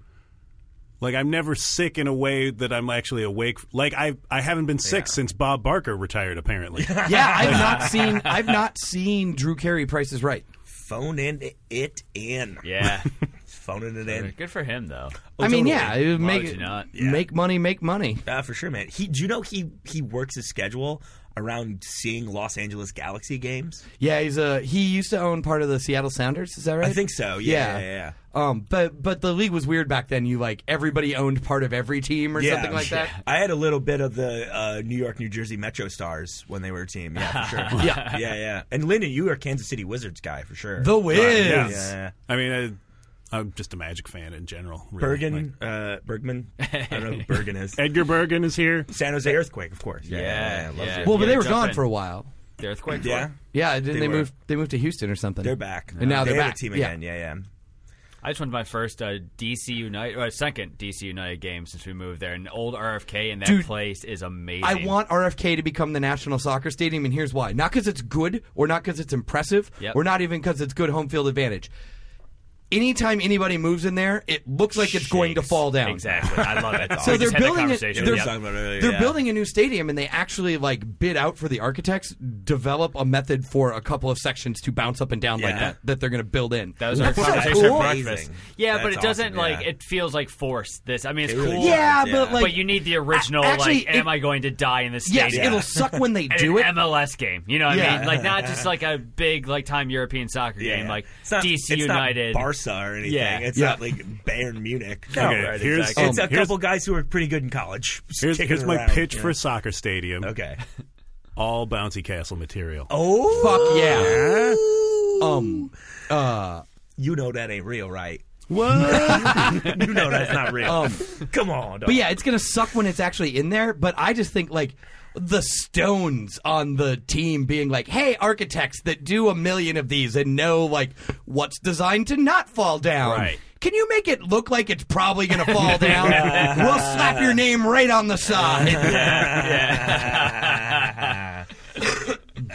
Speaker 4: like I'm never sick in a way that I'm actually awake. Like I I haven't been sick since Bob Barker retired
Speaker 1: <laughs>
Speaker 4: apparently.
Speaker 2: yeah I've not seen I've not seen Drew Carey Price Is Right.
Speaker 1: Phone in it in.
Speaker 3: Yeah.
Speaker 2: <laughs>
Speaker 1: Phoning it in.
Speaker 3: Good for him though.
Speaker 2: I mean,
Speaker 1: Oh, totally.
Speaker 2: yeah, it would
Speaker 3: Why
Speaker 2: make
Speaker 3: would you not?
Speaker 1: Yeah.
Speaker 2: make money, make money.
Speaker 1: Uh, for sure, man. He, do you know he he works his schedule around seeing Los Angeles Galaxy games?
Speaker 2: Yeah, he's a he used to own part of the Seattle Sounders. Is that right?
Speaker 1: I think so. Yeah, yeah, yeah. yeah.
Speaker 2: Um, but but the league was weird back then. You like everybody owned part of every team or
Speaker 1: Yeah.
Speaker 2: something like that.
Speaker 1: <laughs> I had a little bit of the uh, New York, New Jersey Metro Stars when they were a team. Yeah, for
Speaker 2: <laughs>
Speaker 1: sure. yeah, <laughs> yeah, yeah. And Lyndon, you were a Kansas City Wizards guy for sure.
Speaker 2: The Wiz.
Speaker 4: yeah.
Speaker 1: Yeah.
Speaker 4: I mean I, I'm just a Magic fan in general. Really. Like,
Speaker 1: Bergen, uh,
Speaker 2: <laughs>
Speaker 1: Bergman. I don't know who Bergen is.
Speaker 4: Edgar Bergen is here.
Speaker 1: San Jose Earthquake, of course.
Speaker 3: Yeah,
Speaker 1: love
Speaker 3: yeah.
Speaker 1: the-
Speaker 2: Well, but they
Speaker 3: You gotta
Speaker 2: were
Speaker 3: jump
Speaker 2: gone
Speaker 3: in.
Speaker 2: for a while.
Speaker 3: The earthquake.
Speaker 1: yeah.
Speaker 2: Yeah, didn't
Speaker 1: They
Speaker 2: they,
Speaker 1: were.
Speaker 2: move? They moved to Houston or something.
Speaker 1: They're back,
Speaker 2: And now
Speaker 1: they
Speaker 2: they're
Speaker 1: have
Speaker 2: back.
Speaker 1: A team
Speaker 2: Yeah.
Speaker 1: again. Yeah, yeah.
Speaker 3: I just went to my first uh, DC United, or second DC United game since we moved there. An old RFK, and that
Speaker 2: Dude,
Speaker 3: place is amazing.
Speaker 2: I want RFK to become the national soccer stadium, and here's why: not because it's good, or not because it's impressive,
Speaker 3: Yep.
Speaker 2: or not even because it's good home field advantage. anytime anybody moves in there, it looks like it's going to
Speaker 3: Shakes.
Speaker 2: fall down.
Speaker 3: Exactly. I love
Speaker 2: <laughs>
Speaker 3: that.
Speaker 2: So
Speaker 3: We
Speaker 2: they're
Speaker 3: just had that
Speaker 2: building it-
Speaker 3: conversation.
Speaker 2: they're-
Speaker 3: Yep.
Speaker 1: Talking about earlier,
Speaker 2: They're
Speaker 1: yeah.
Speaker 2: building a new stadium, and they actually like bid out for the architects, develop a method for a couple of sections to bounce up and down like
Speaker 1: Yeah.
Speaker 2: that that they're going to build in.
Speaker 3: That was our
Speaker 1: That's
Speaker 3: conversation
Speaker 1: cool.
Speaker 3: at breakfast.
Speaker 1: Amazing.
Speaker 3: Yeah, but
Speaker 1: That's
Speaker 3: it doesn't
Speaker 1: awesome,
Speaker 3: like
Speaker 1: yeah.
Speaker 3: it feels like forced. This, I mean, it's
Speaker 1: It really
Speaker 3: cool.
Speaker 1: does,
Speaker 2: Yeah,
Speaker 1: Yeah.
Speaker 2: but like,
Speaker 3: but you need the original.
Speaker 2: A- actually,
Speaker 3: like, am
Speaker 2: it-
Speaker 3: I going to die in this
Speaker 2: yes,
Speaker 3: stadium?
Speaker 2: it'll suck when they
Speaker 3: At
Speaker 2: do it.
Speaker 3: an MLS game. You know what
Speaker 2: Yeah.
Speaker 3: I mean? Like not
Speaker 1: <laughs>
Speaker 3: just like a big like time European soccer
Speaker 1: Yeah,
Speaker 3: game
Speaker 1: yeah.
Speaker 3: like
Speaker 1: It's not-
Speaker 3: DC
Speaker 1: it's
Speaker 3: United.
Speaker 1: not
Speaker 3: <laughs>
Speaker 1: Barca or anything.
Speaker 3: Yeah.
Speaker 1: It's
Speaker 2: Yeah.
Speaker 1: not like Bayern Munich.
Speaker 4: Okay,
Speaker 3: right,
Speaker 4: here's
Speaker 3: exactly.
Speaker 1: it's
Speaker 4: um,
Speaker 1: a
Speaker 4: here's,
Speaker 1: couple guys who are pretty good in college. just
Speaker 4: here's,
Speaker 1: kicking
Speaker 4: here's my
Speaker 1: around,
Speaker 4: pitch
Speaker 1: you
Speaker 4: for
Speaker 1: know?
Speaker 4: soccer stadium.
Speaker 2: <laughs>
Speaker 1: Okay.
Speaker 4: All bouncy
Speaker 1: <laughs>
Speaker 4: castle material.
Speaker 1: Oh
Speaker 2: Fuck yeah.
Speaker 1: yeah.
Speaker 2: Um, uh,
Speaker 1: you know that ain't real,
Speaker 2: <laughs>
Speaker 1: right?
Speaker 4: What?
Speaker 1: You know that's not real.
Speaker 2: um,
Speaker 1: <laughs> Come on, dog.
Speaker 2: but yeah, it's gonna suck when it's actually in there. But I just think like the stones on the team being like, "Hey, architects that do a million of these and know like what's designed to not fall down."
Speaker 3: Right.
Speaker 2: Can you make it look like it's probably going to fall down? we'll slap your name right on the side.
Speaker 1: <laughs>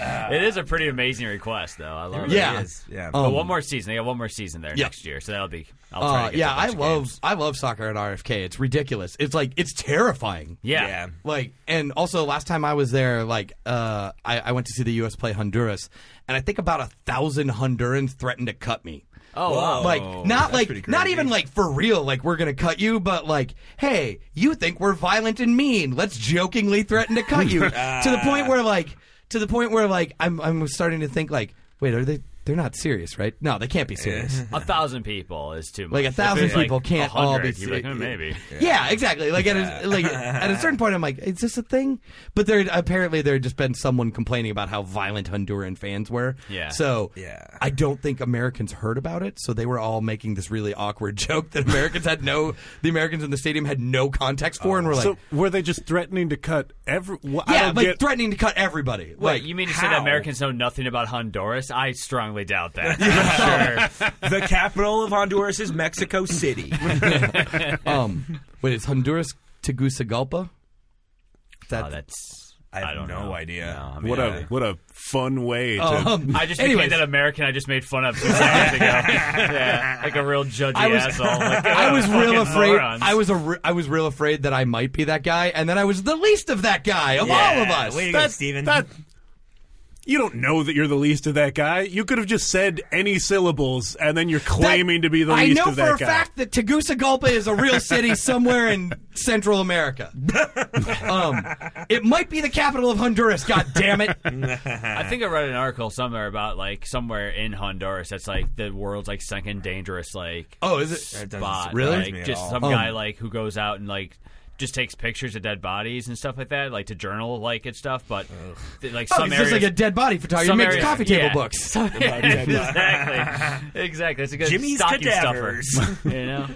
Speaker 3: It is a pretty amazing request, though. I love it.
Speaker 2: Yeah.
Speaker 1: It is, yeah.
Speaker 3: But
Speaker 2: Um,
Speaker 3: one more season. They got one more season there
Speaker 2: Yeah.
Speaker 3: next year, so that'll be. I'll try
Speaker 2: Uh,
Speaker 3: to get
Speaker 2: yeah,
Speaker 3: to a
Speaker 2: I
Speaker 3: bunch of
Speaker 2: love
Speaker 3: games.
Speaker 2: I love soccer at RFK. It's ridiculous. It's like it's terrifying.
Speaker 3: Yeah.
Speaker 1: Yeah.
Speaker 2: Like, and also last time I was there, like, uh, I, I went to see the U.S. play Honduras, and I think about a thousand Hondurans threatened to cut me.
Speaker 3: Oh,
Speaker 1: Wow.
Speaker 3: wow.
Speaker 2: Like,
Speaker 1: that's
Speaker 2: not
Speaker 1: pretty
Speaker 2: like, not
Speaker 1: crazy.
Speaker 2: even like for real, like, we're gonna cut you, but like, hey, you think we're violent and mean. Let's jokingly threaten to cut
Speaker 3: <laughs>
Speaker 2: you. to the point where, like, to the point where, like, I'm, I'm starting to think, like, wait, are they, they're not serious, right? No, they can't be serious.
Speaker 3: a thousand people is too much.
Speaker 2: Like, a
Speaker 3: If
Speaker 2: thousand
Speaker 3: it's, like,
Speaker 2: people can't all
Speaker 3: 100,
Speaker 2: be
Speaker 3: you'd like,
Speaker 2: sick.
Speaker 3: "Hmm, maybe.
Speaker 2: Yeah, exactly. Like at a, like at a certain point, I'm like, is this a thing? But there apparently there had just been someone complaining about how violent Honduran fans were.
Speaker 3: Yeah.
Speaker 2: So
Speaker 1: Yeah.
Speaker 2: I don't think Americans heard about it. So they were all making this really awkward <laughs> joke that Americans had no the Americans in the stadium had no context for, and were like,
Speaker 4: Oh. so were they just threatening to cut every? Wh- I
Speaker 2: yeah,
Speaker 4: don't
Speaker 2: like
Speaker 4: get,
Speaker 2: threatening to cut everybody.
Speaker 3: Wait,
Speaker 2: like
Speaker 3: you mean to say that
Speaker 1: how?
Speaker 3: Americans know nothing about Honduras? I strongly doubt
Speaker 2: <laughs>
Speaker 3: that. sure.
Speaker 1: the capital of Honduras is Mexico
Speaker 3: <laughs>
Speaker 1: City.
Speaker 2: um, wait, is Honduras Tegucigalpa? That,
Speaker 3: Oh, that's.
Speaker 1: I have
Speaker 3: don't
Speaker 1: no
Speaker 3: know.
Speaker 1: idea.
Speaker 3: No, I mean,
Speaker 4: What
Speaker 3: I-
Speaker 4: a what a fun way to.
Speaker 2: um,
Speaker 3: Oh, I just
Speaker 2: anyways.
Speaker 3: became that American I just made fun of two seconds
Speaker 2: <laughs>
Speaker 3: ago. yeah, like a real judgy
Speaker 2: I was- <laughs>
Speaker 3: asshole. Like,
Speaker 2: I
Speaker 3: "Oh,
Speaker 2: was real
Speaker 3: fucking
Speaker 2: afraid.
Speaker 3: morons."
Speaker 2: I was a re- I was real afraid that I might be that guy, and then I was the least of that guy of all of us.
Speaker 1: Way to go, Steven.
Speaker 4: that- you don't know that you're the least of that guy. You could have just said any syllables, and then you're
Speaker 2: That-
Speaker 4: claiming to be the
Speaker 2: I
Speaker 4: least
Speaker 2: know
Speaker 4: of that
Speaker 2: for a
Speaker 4: guy.
Speaker 2: fact that Tegucigalpa is a real
Speaker 3: <laughs>
Speaker 2: city somewhere in Central America. um, it might be the capital of Honduras. God damn
Speaker 3: <laughs>
Speaker 2: it!
Speaker 3: Mm, I think I read an article somewhere about like somewhere in Honduras that's like the world's like second dangerous like
Speaker 2: Oh, is it?
Speaker 1: That doesn't
Speaker 3: spot.
Speaker 1: surprise
Speaker 2: Really?
Speaker 1: me
Speaker 3: Like,
Speaker 1: at
Speaker 3: just
Speaker 1: all.
Speaker 3: some
Speaker 2: Um,
Speaker 3: guy like who goes out and like just takes pictures of dead bodies and stuff like that, like to journal like and stuff. But th- like
Speaker 2: Oh,
Speaker 3: some
Speaker 2: it's
Speaker 3: areas,
Speaker 2: just like a dead body photographer. He
Speaker 3: some
Speaker 2: makes
Speaker 3: areas-
Speaker 2: coffee table
Speaker 3: yeah.
Speaker 2: books.
Speaker 3: <laughs> exactly, exactly. It's a good
Speaker 1: Jimmy's
Speaker 3: stocking
Speaker 1: cadavers.
Speaker 2: <laughs>
Speaker 3: stuffer, you know.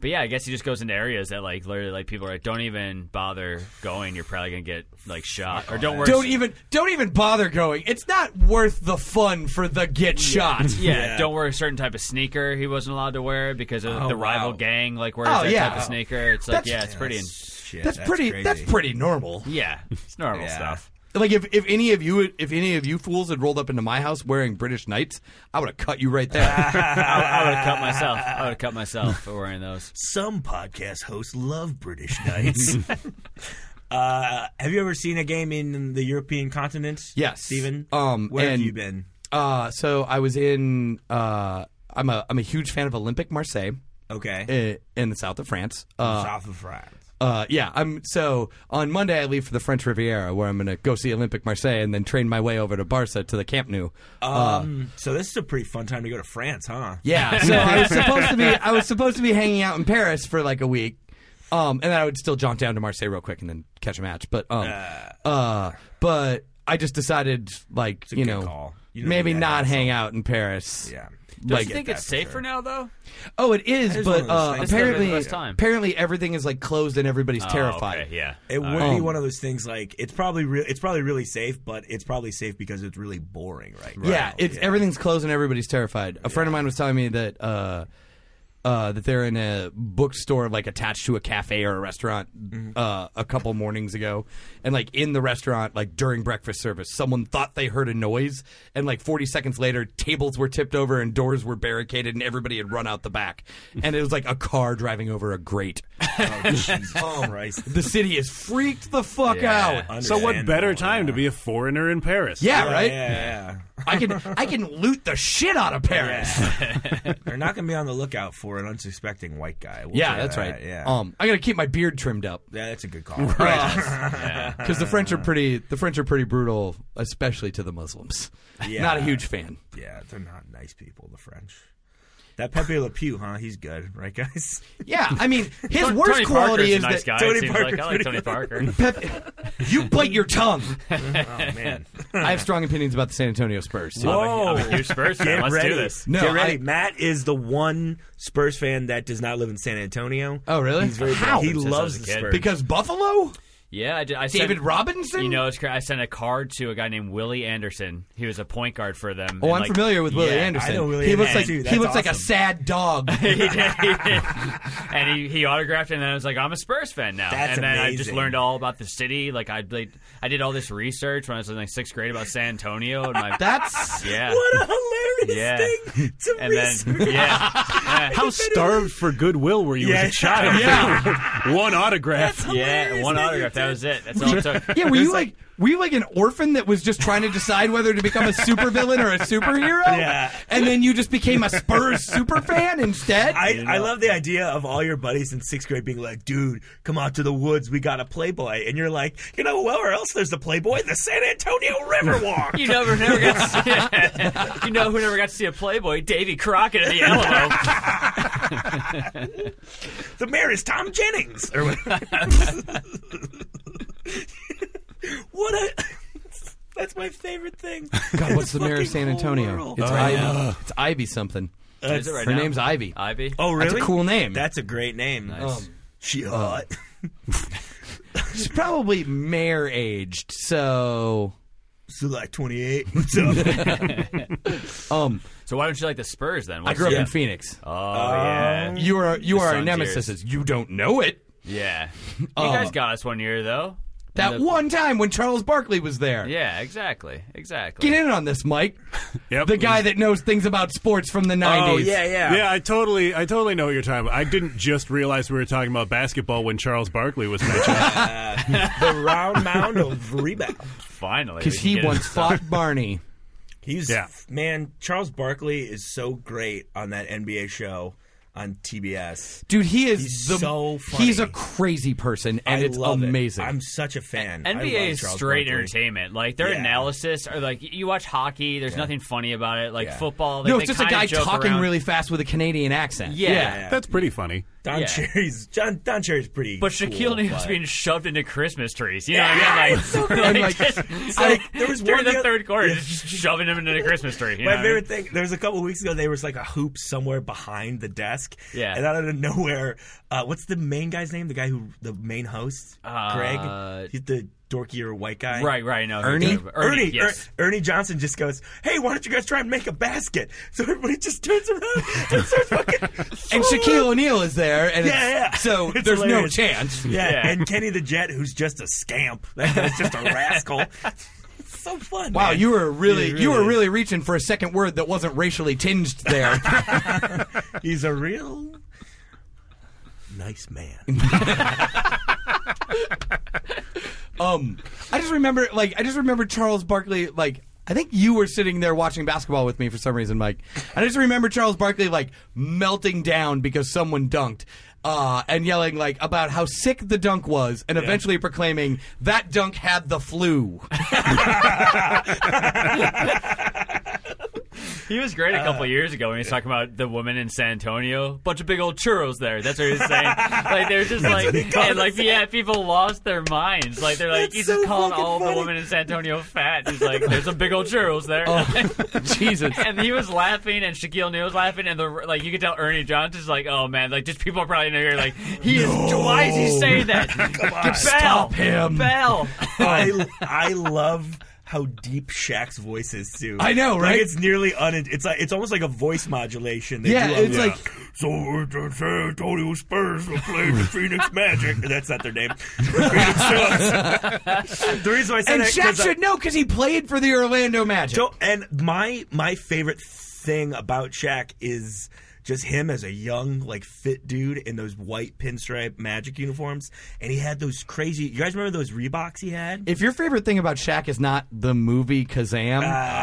Speaker 3: But yeah, I guess he just goes into areas that like literally like people are like, don't even bother going. You're probably gonna get like shot or don't worry.
Speaker 2: Don't even don't even bother going. It's not worth the fun for the get shot.
Speaker 3: <laughs> Yeah,
Speaker 1: Yeah.
Speaker 3: don't wear a certain type of sneaker he wasn't allowed to wear because of the rival
Speaker 1: wow.
Speaker 3: gang like wears
Speaker 2: Oh,
Speaker 3: that
Speaker 2: yeah.
Speaker 3: type of sneaker. It's like
Speaker 2: That's-
Speaker 3: yeah, it's pretty.
Speaker 1: Shit,
Speaker 2: That's, pretty.
Speaker 1: crazy.
Speaker 2: That's pretty normal.
Speaker 3: yeah, it's normal
Speaker 1: Yeah.
Speaker 3: stuff.
Speaker 2: Like if, if any of you if any of you fools had rolled up into my house wearing British knights, I would have cut you right there.
Speaker 3: I, I would have cut myself. I would have cut myself for wearing those.
Speaker 1: Some podcast hosts love
Speaker 2: <laughs>
Speaker 1: British nights. <laughs> uh, have you ever seen a game in the European continent?
Speaker 2: Yes.
Speaker 1: Steven?
Speaker 2: Um,
Speaker 1: Where have
Speaker 2: and-
Speaker 1: you been?
Speaker 2: uh, so I was in. Uh, I'm a I'm a huge fan of Olympic Marseille
Speaker 1: Okay.
Speaker 2: i- in the south of France. Uh,
Speaker 1: South of France.
Speaker 2: uh, yeah, I'm so on Monday I leave for the French Riviera where I'm going to go see Olympic Marseille and then train my way over to Barca to the Camp Nou.
Speaker 1: Um, so this is a pretty fun time to go to France, huh? <laughs>
Speaker 2: Yeah, so I was supposed to be I was supposed to be hanging out in Paris for like a week, um, and then I would still jaunt down to Marseille real quick and then catch a match. But um,
Speaker 1: Ah.
Speaker 2: uh, but I just decided like you
Speaker 1: good
Speaker 2: know
Speaker 1: call. You don't
Speaker 2: maybe
Speaker 1: need that
Speaker 2: not
Speaker 1: hassle.
Speaker 2: hang out in Paris.
Speaker 1: Yeah.
Speaker 3: Don't
Speaker 2: Like-
Speaker 3: you think it's safer now though?
Speaker 2: Oh, it is,
Speaker 1: It's one
Speaker 2: but
Speaker 1: of those
Speaker 2: uh,
Speaker 1: things. It's
Speaker 3: the
Speaker 2: apparently
Speaker 3: Midwest time.
Speaker 2: apparently everything is like closed and everybody's terrified.
Speaker 3: Oh, okay, yeah.
Speaker 1: It
Speaker 3: All
Speaker 1: would
Speaker 3: right.
Speaker 2: um,
Speaker 1: be one of those things like it's probably re- it's probably really safe, but it's probably safe because it's really boring right now.
Speaker 2: Yeah, it's everything's closed and everybody's terrified. A friend of mine was telling me that uh, uh, that they're in a bookstore like attached to a cafe or a restaurant uh, a couple mornings ago, and like in the restaurant, like during breakfast service, someone thought they heard a noise, and like 40 seconds later, tables were tipped over and doors were barricaded, and everybody had run out the back, and it was like a car driving over a grate.
Speaker 1: Oh,
Speaker 2: <laughs>
Speaker 1: Jesus Christ.
Speaker 2: The city is freaked the fuck
Speaker 3: Yeah.
Speaker 2: out.
Speaker 4: So what
Speaker 1: Understandable,
Speaker 4: better time to be a foreigner in Paris?
Speaker 2: Yeah, right.
Speaker 1: Yeah,
Speaker 2: I can I can loot the shit out of Paris.
Speaker 1: yeah. yeah. <laughs> They're not going to be on the lookout for an unsuspecting white guy. We'll
Speaker 2: Yeah,
Speaker 1: say
Speaker 2: that's
Speaker 1: that,
Speaker 2: right.
Speaker 1: Yeah. Oh.
Speaker 2: Um, I gotta keep my beard trimmed up
Speaker 1: yeah, that's a good call.
Speaker 2: <laughs>
Speaker 1: <laughs>
Speaker 2: because the French are pretty. The French are pretty brutal, especially to the Muslims.
Speaker 1: Yeah.
Speaker 2: Not a huge fan.
Speaker 1: Yeah, they're not nice people, the French. That Pepe Le Pew, huh? He's good, right,
Speaker 3: <laughs>
Speaker 1: guys?
Speaker 2: Yeah, I <laughs> mean his
Speaker 3: Tony
Speaker 2: worst
Speaker 3: Parker's
Speaker 2: quality
Speaker 3: a
Speaker 2: is
Speaker 3: nice
Speaker 2: that
Speaker 3: guy.
Speaker 1: Tony
Speaker 3: it seems like I like
Speaker 1: Parker's
Speaker 3: Tony
Speaker 2: <laughs>
Speaker 3: Parker.
Speaker 2: Pep, you bite
Speaker 1: <laughs>
Speaker 2: your tongue.
Speaker 1: Oh man,
Speaker 2: I have strong opinions about the San Antonio Spurs. so-
Speaker 3: I'm a huge Spurs fan.
Speaker 1: get
Speaker 3: Let's
Speaker 1: ready!
Speaker 3: do this.
Speaker 2: No,
Speaker 1: Get ready.
Speaker 2: I-
Speaker 1: Matt is the one Spurs fan that does not live in San Antonio.
Speaker 2: Oh, really?
Speaker 1: He's very
Speaker 2: How?
Speaker 1: He
Speaker 2: Since
Speaker 3: I
Speaker 1: loves
Speaker 3: was a
Speaker 1: the
Speaker 3: kid.
Speaker 1: Spurs.
Speaker 2: because Buffalo,
Speaker 3: <laughs> Yeah, I, did- I sent-
Speaker 2: David Robinson.
Speaker 3: You know, it's cra- I sent a card to a guy named Willie Anderson. He was a point guard for them.
Speaker 2: Oh,
Speaker 3: and,
Speaker 2: I'm
Speaker 3: like-
Speaker 2: familiar with Willie
Speaker 3: Yeah,
Speaker 2: Anderson.
Speaker 1: I know Willie
Speaker 2: he looks
Speaker 1: Anderson,
Speaker 2: like
Speaker 1: too.
Speaker 2: he
Speaker 1: That's
Speaker 2: looks like a
Speaker 1: awesome. <laughs>
Speaker 2: sad dog.
Speaker 3: <laughs> he did, he did. and he, he autographed it, and then I was like, I'm a Spurs fan now.
Speaker 1: That's
Speaker 3: and then I just
Speaker 1: amazing.
Speaker 3: learned all about the city. Like I like, I did all this research when I was in like sixth grade about San Antonio and <laughs> my
Speaker 2: That's
Speaker 3: yeah.
Speaker 1: what a hilarious
Speaker 3: Yeah.
Speaker 1: thing to
Speaker 3: and then
Speaker 1: research.
Speaker 3: yeah,
Speaker 4: How starved for goodwill were you
Speaker 1: Yeah.
Speaker 4: as
Speaker 2: <laughs>
Speaker 4: a child? Yeah. <laughs> One autograph.
Speaker 3: yeah,
Speaker 1: hilarious
Speaker 3: one
Speaker 1: that you
Speaker 3: autograph. That
Speaker 1: did.
Speaker 3: was it. That's all it took.
Speaker 2: yeah. Were you like were you like an orphan that was just trying to decide whether to become a supervillain or a <laughs> superhero?
Speaker 1: Yeah.
Speaker 2: And then you just became a Spurs super fan instead.
Speaker 1: I, I love the idea of all your buddies in sixth grade being like, dude, come out to the woods. We got a Playboy. And you're like, you know, where else there's a Playboy? The San Antonio Riverwalk.
Speaker 3: <laughs> You never, never got. To see, <laughs> you know who never got to see a Playboy? Davy Crockett <laughs> at the Alamo.
Speaker 1: the mayor is Tom Jennings. Or what <laughs> what a. <laughs> That's my favorite thing.
Speaker 2: God, what's the mayor of
Speaker 1: fucking
Speaker 2: San
Speaker 1: whole
Speaker 2: Antonio?
Speaker 1: world.
Speaker 2: It's Ivy. It's Ivy something.
Speaker 3: Is it right
Speaker 2: Her
Speaker 3: now?
Speaker 2: name's Ivy.
Speaker 3: Ivy.
Speaker 1: oh, really?
Speaker 2: That's a cool name.
Speaker 1: That's a great name.
Speaker 2: Um,
Speaker 1: She uh, <laughs> hot.
Speaker 2: she's probably mayor aged. So,
Speaker 1: so like 28.
Speaker 2: <laughs>
Speaker 1: What's up?
Speaker 2: um,
Speaker 3: So why don't you like the Spurs then?
Speaker 2: I
Speaker 3: What's-
Speaker 2: grew up
Speaker 1: Yeah.
Speaker 2: in Phoenix.
Speaker 3: Oh yeah,
Speaker 2: You are you are a
Speaker 3: Sun
Speaker 2: nemesis. You don't know it.
Speaker 3: yeah. You
Speaker 2: Oh.
Speaker 3: guys got us one year though.
Speaker 2: That
Speaker 3: The-
Speaker 2: one time when Charles Barkley was there.
Speaker 3: Yeah, exactly, exactly.
Speaker 2: Get in on this, Mike.
Speaker 4: Yep.
Speaker 2: The guy that knows things about sports from the 90s.
Speaker 1: oh, yeah, yeah.
Speaker 4: Yeah, I totally, I totally know what you're talking about. I didn't just realize we were talking about basketball when Charles Barkley was mentioned.
Speaker 1: The round mound of rebound.
Speaker 3: Finally,
Speaker 2: Because
Speaker 3: we can
Speaker 2: he
Speaker 3: get
Speaker 2: once
Speaker 1: <laughs>
Speaker 3: into-
Speaker 2: fought Barney.
Speaker 1: He's
Speaker 4: Yeah.
Speaker 1: man, Charles Barkley is so great on that NBA show on TBS.
Speaker 2: Dude, he is
Speaker 1: He's
Speaker 2: the,
Speaker 1: so funny.
Speaker 2: He's a crazy person, and
Speaker 1: I
Speaker 2: it's
Speaker 1: love it.
Speaker 2: amazing.
Speaker 1: I'm such a fan. I love
Speaker 3: NBA is
Speaker 1: Charles
Speaker 3: straight
Speaker 1: Barkley.
Speaker 3: entertainment. Like their
Speaker 1: Yeah.
Speaker 3: analysis, or like you watch hockey. There's nothing funny about it. Like
Speaker 1: Yeah.
Speaker 3: football, like,
Speaker 2: no,
Speaker 3: they
Speaker 2: it's just a
Speaker 3: kinda
Speaker 2: guy
Speaker 3: joke
Speaker 2: talking
Speaker 3: around.
Speaker 2: really fast with a Canadian accent.
Speaker 3: Yeah.
Speaker 1: <laughs> Yeah.
Speaker 4: That's pretty funny.
Speaker 1: Don
Speaker 3: Yeah.
Speaker 1: Cherry's John Don Cherry's pretty.
Speaker 3: But Shaquille
Speaker 1: cool,
Speaker 3: O'Neal's
Speaker 1: but-
Speaker 3: being shoved into Christmas trees. You know
Speaker 1: Yeah, <laughs>
Speaker 3: <laughs> what I mean? Like,
Speaker 2: it's so
Speaker 3: just-
Speaker 2: good.
Speaker 1: like,
Speaker 3: like,
Speaker 1: there was
Speaker 3: during
Speaker 1: one
Speaker 3: the
Speaker 1: the oth-
Speaker 3: third quarter, just shoving him into the Christmas tree. You know
Speaker 1: My
Speaker 3: what I mean?
Speaker 1: favorite thing, there was a couple weeks ago, there was like a hoop somewhere behind the desk.
Speaker 3: Yeah.
Speaker 1: And out of nowhere, uh, what's the main guy's name? The guy who, the main host?
Speaker 3: Uh,
Speaker 1: Greg? He's the dorkier white guy.
Speaker 3: Right, right. No,
Speaker 2: Ernie?
Speaker 3: Ernie,
Speaker 1: Ernie,
Speaker 3: yes.
Speaker 1: Er- Ernie Johnson just goes, "Hey, why don't you guys try and make a basket?" So everybody just turns around and starts fucking.
Speaker 2: <laughs>
Speaker 1: <laughs>
Speaker 2: And Shaquille O'Neal is there, and
Speaker 1: Yeah,
Speaker 2: it's-
Speaker 1: yeah. <laughs>
Speaker 2: so
Speaker 1: It's
Speaker 2: there's
Speaker 1: hilarious.
Speaker 2: no chance.
Speaker 1: Yeah,
Speaker 3: Yeah.
Speaker 1: and Kenny the Jet, who's just a scamp. <laughs> That guy's just a rascal. It's so fun.
Speaker 2: Wow,
Speaker 1: man.
Speaker 2: you were really,
Speaker 1: He
Speaker 2: you were
Speaker 1: is.
Speaker 2: really reaching for a second word that wasn't racially tinged
Speaker 1: <laughs>
Speaker 2: there.
Speaker 1: He's a real nice man.
Speaker 2: <laughs> Um, I just remember, like, I just remember Charles Barkley, like, I think you were sitting there watching basketball with me for some reason, Mike. I just remember Charles Barkley, like, melting down because someone dunked. Uh, and yelling like about how sick the dunk was, and eventually proclaiming that dunk had
Speaker 1: <laughs>
Speaker 2: the flu.
Speaker 3: He was great a couple
Speaker 1: Uh,
Speaker 3: years ago when he was talking about the woman in San Antonio. Bunch of big old churros there. That's what he was
Speaker 1: <laughs>
Speaker 3: saying. like they're just like and like yeah, people lost their minds. Like they're like
Speaker 1: That's
Speaker 3: he's
Speaker 1: so
Speaker 3: just calling
Speaker 1: fucking
Speaker 3: all
Speaker 1: funny.
Speaker 3: the women in San Antonio fat. He's like, there's some big old churros there.
Speaker 1: Oh.
Speaker 2: Jesus!
Speaker 3: <laughs> and he was laughing, and Shaquille O'Neal was laughing, and the like you could tell Ernie Johnson's like, oh man, like just people are probably in here like he is. Why is he saying
Speaker 1: <laughs>
Speaker 3: that? Come
Speaker 1: on.
Speaker 2: Stop him.
Speaker 1: <laughs>
Speaker 3: Bell.
Speaker 1: I I love how deep Shaq's voice is too.
Speaker 2: I know,
Speaker 1: Like,
Speaker 2: right?
Speaker 1: it's nearly un. It's like it's almost like a voice modulation. They
Speaker 2: Yeah,
Speaker 1: do on
Speaker 2: it's
Speaker 1: the-
Speaker 2: like-
Speaker 1: So uh, the San Antonio Spurs will play
Speaker 2: <laughs>
Speaker 1: the Phoenix Magic. That's not their name. The Phoenix
Speaker 2: <laughs>
Speaker 1: Suns. the reason why I said
Speaker 2: And
Speaker 1: that
Speaker 2: Shaq
Speaker 1: 'cause I-
Speaker 2: should know because he played for the Orlando Magic.
Speaker 1: so, and my my favorite thing about Shaq is just him as a young, like fit dude in those white pinstripe magic uniforms, and he had those crazy. You guys remember those Reeboks he had?
Speaker 2: if your favorite thing about Shaq is not the movie Kazam,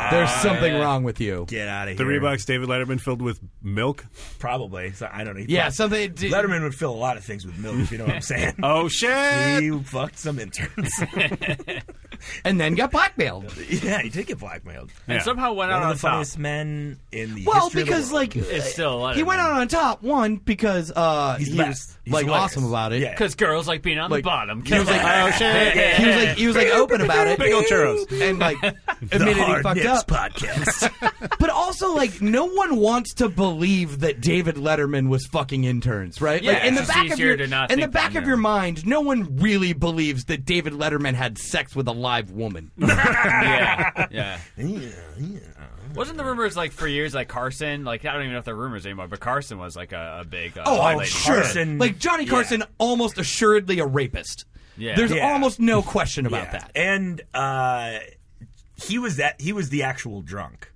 Speaker 2: there's something wrong with you.
Speaker 1: Ah. Get out of
Speaker 4: The
Speaker 1: here!
Speaker 4: Reeboks David Letterman filled with milk.
Speaker 1: probably. So, I don't know. He
Speaker 2: Yeah,
Speaker 1: probably-
Speaker 2: something. d-
Speaker 1: Letterman would fill a lot of things with milk, if you know
Speaker 2: <laughs>
Speaker 1: what I'm saying.
Speaker 4: Oh shit!
Speaker 1: He fucked some interns.
Speaker 2: And then got blackmailed.
Speaker 1: yeah, he did get blackmailed.
Speaker 4: Yeah.
Speaker 3: And somehow
Speaker 1: One
Speaker 3: went out
Speaker 1: of
Speaker 3: on
Speaker 1: the
Speaker 3: top.
Speaker 1: funniest men in the
Speaker 2: Well,
Speaker 1: history of the
Speaker 2: because
Speaker 1: world.
Speaker 2: like
Speaker 3: It's still
Speaker 2: he went
Speaker 3: Letterman.
Speaker 2: out on top one because uh,
Speaker 1: He's
Speaker 2: he
Speaker 1: the
Speaker 2: was
Speaker 1: best. He's
Speaker 2: like
Speaker 1: hilarious.
Speaker 2: awesome about it.
Speaker 1: Yeah.
Speaker 3: Because girls like being on
Speaker 2: Like,
Speaker 3: the bottom.
Speaker 2: He was
Speaker 3: <laughs>
Speaker 2: like, oh <laughs> shit. He was like, he was like open about
Speaker 1: <laughs>
Speaker 2: it.
Speaker 4: Big old churros.
Speaker 2: and like
Speaker 1: the
Speaker 2: admitted he
Speaker 1: Hard
Speaker 2: fucked
Speaker 1: Knocks
Speaker 2: up. <laughs>
Speaker 1: podcast.
Speaker 2: But also, like, no one wants to believe that David Letterman was fucking interns, right?
Speaker 3: Yeah,
Speaker 2: like, in the
Speaker 3: it's just
Speaker 2: back of
Speaker 3: easier
Speaker 2: your
Speaker 3: to not
Speaker 2: in the
Speaker 3: think
Speaker 2: back
Speaker 3: that,
Speaker 2: of
Speaker 3: yeah.
Speaker 2: your mind, no one really believes that David Letterman had sex with a
Speaker 1: <laughs>
Speaker 2: live woman.
Speaker 1: Mm-hmm.
Speaker 3: yeah, yeah. Wasn't the rumors like for years like Carson? Like I don't even know if they're rumors anymore, but Carson was like a, a big. Uh,
Speaker 2: Oh, I'm
Speaker 3: lady.
Speaker 2: sure.
Speaker 1: Carson-
Speaker 2: Like Johnny Carson, almost assuredly a rapist.
Speaker 3: Yeah.
Speaker 2: There's
Speaker 1: Yeah.
Speaker 2: almost no question about
Speaker 1: Yeah.
Speaker 2: that.
Speaker 1: And uh, he was that he was the actual drunk.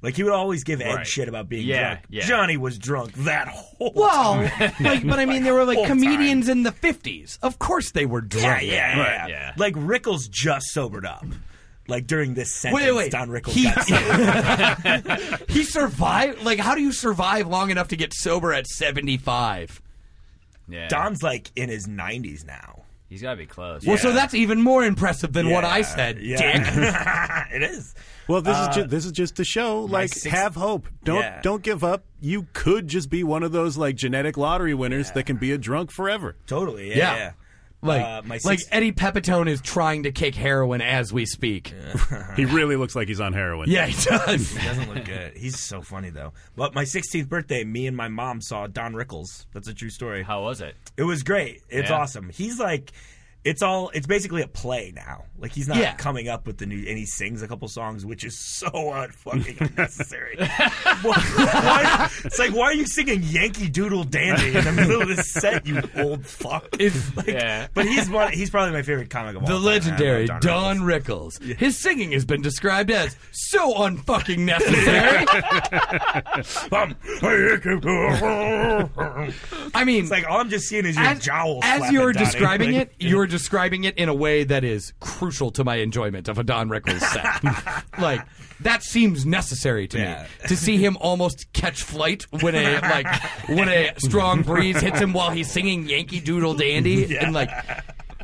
Speaker 1: Like he would always give Ed
Speaker 3: Right.
Speaker 1: shit about being
Speaker 3: Yeah,
Speaker 1: drunk.
Speaker 3: yeah.
Speaker 1: Johnny was drunk that whole
Speaker 2: Well,
Speaker 1: time.
Speaker 2: <laughs> like, but I mean, there were like
Speaker 1: Whole time.
Speaker 2: comedians in the '50s. Of course, they were
Speaker 1: Yeah,
Speaker 2: drunk.
Speaker 1: yeah, yeah.
Speaker 3: Right, yeah.
Speaker 1: Like Rickles just sobered up. Like during this sentence,
Speaker 2: Wait, wait.
Speaker 1: Don Rickles
Speaker 2: He- <laughs>
Speaker 1: got sobered.
Speaker 2: He survived. Like, how do you survive long enough to get sober at 75?
Speaker 3: Yeah.
Speaker 1: Don's like in his nineties now.
Speaker 3: He's got to be close.
Speaker 2: Well, so that's even more impressive than what I
Speaker 1: Yeah,
Speaker 2: said, dick.
Speaker 1: yeah. <laughs> it is.
Speaker 4: Well, this is
Speaker 2: Uh,
Speaker 4: ju- this is just to show like
Speaker 1: sixth-
Speaker 4: have hope. Don't
Speaker 1: Yeah.
Speaker 4: don't give up. You could just be one of those like genetic lottery winners that can be a drunk forever.
Speaker 1: Totally. Yeah.
Speaker 2: Yeah.
Speaker 1: yeah.
Speaker 2: Like,
Speaker 1: Uh, my
Speaker 2: like
Speaker 1: six-
Speaker 2: Eddie Pepitone is trying to kick heroin as we speak.
Speaker 4: He really looks like he's on heroin.
Speaker 2: Yeah,
Speaker 1: <laughs>
Speaker 2: he does.
Speaker 1: He doesn't look good. He's so funny though. But my 16th birthday, me and my mom saw Don Rickles. That's a true story.
Speaker 3: how was it?
Speaker 1: It was great. It's
Speaker 3: Yeah.
Speaker 1: awesome. He's like, it's all. It's basically a play now. Like he's not
Speaker 2: Yeah.
Speaker 1: coming up with the new, and he sings a couple songs, which is so <laughs> un-
Speaker 2: <laughs>
Speaker 1: fucking unnecessary. Why- why- it's like, why are you singing Yankee Doodle Dandy in the middle of the set, you old fuck?
Speaker 2: It's
Speaker 1: Like,
Speaker 3: Yeah.
Speaker 1: But he's one, he's probably my favorite comic of all
Speaker 2: the
Speaker 1: time.
Speaker 2: legendary
Speaker 1: I love
Speaker 2: Don
Speaker 1: Rickles.
Speaker 2: Rickles. His singing has been described as so unfucking necessary.
Speaker 1: <laughs> Um,
Speaker 2: I
Speaker 1: <laughs>
Speaker 2: mean,
Speaker 1: It's like all I'm just seeing is your
Speaker 2: as,
Speaker 1: jowl.
Speaker 2: as
Speaker 1: flapping,
Speaker 2: you were
Speaker 1: Donnie. <laughs>
Speaker 2: describing
Speaker 1: Like-
Speaker 2: it, you were describing it in a way that is crucial to my enjoyment of a Don
Speaker 1: <laughs>
Speaker 2: Rickles set. like that seems necessary to
Speaker 1: Yeah.
Speaker 2: me to see him almost catch flight
Speaker 1: <laughs>
Speaker 2: when a like when a strong breeze hits him while he's singing Yankee Doodle Dandy
Speaker 1: Yeah.
Speaker 2: and like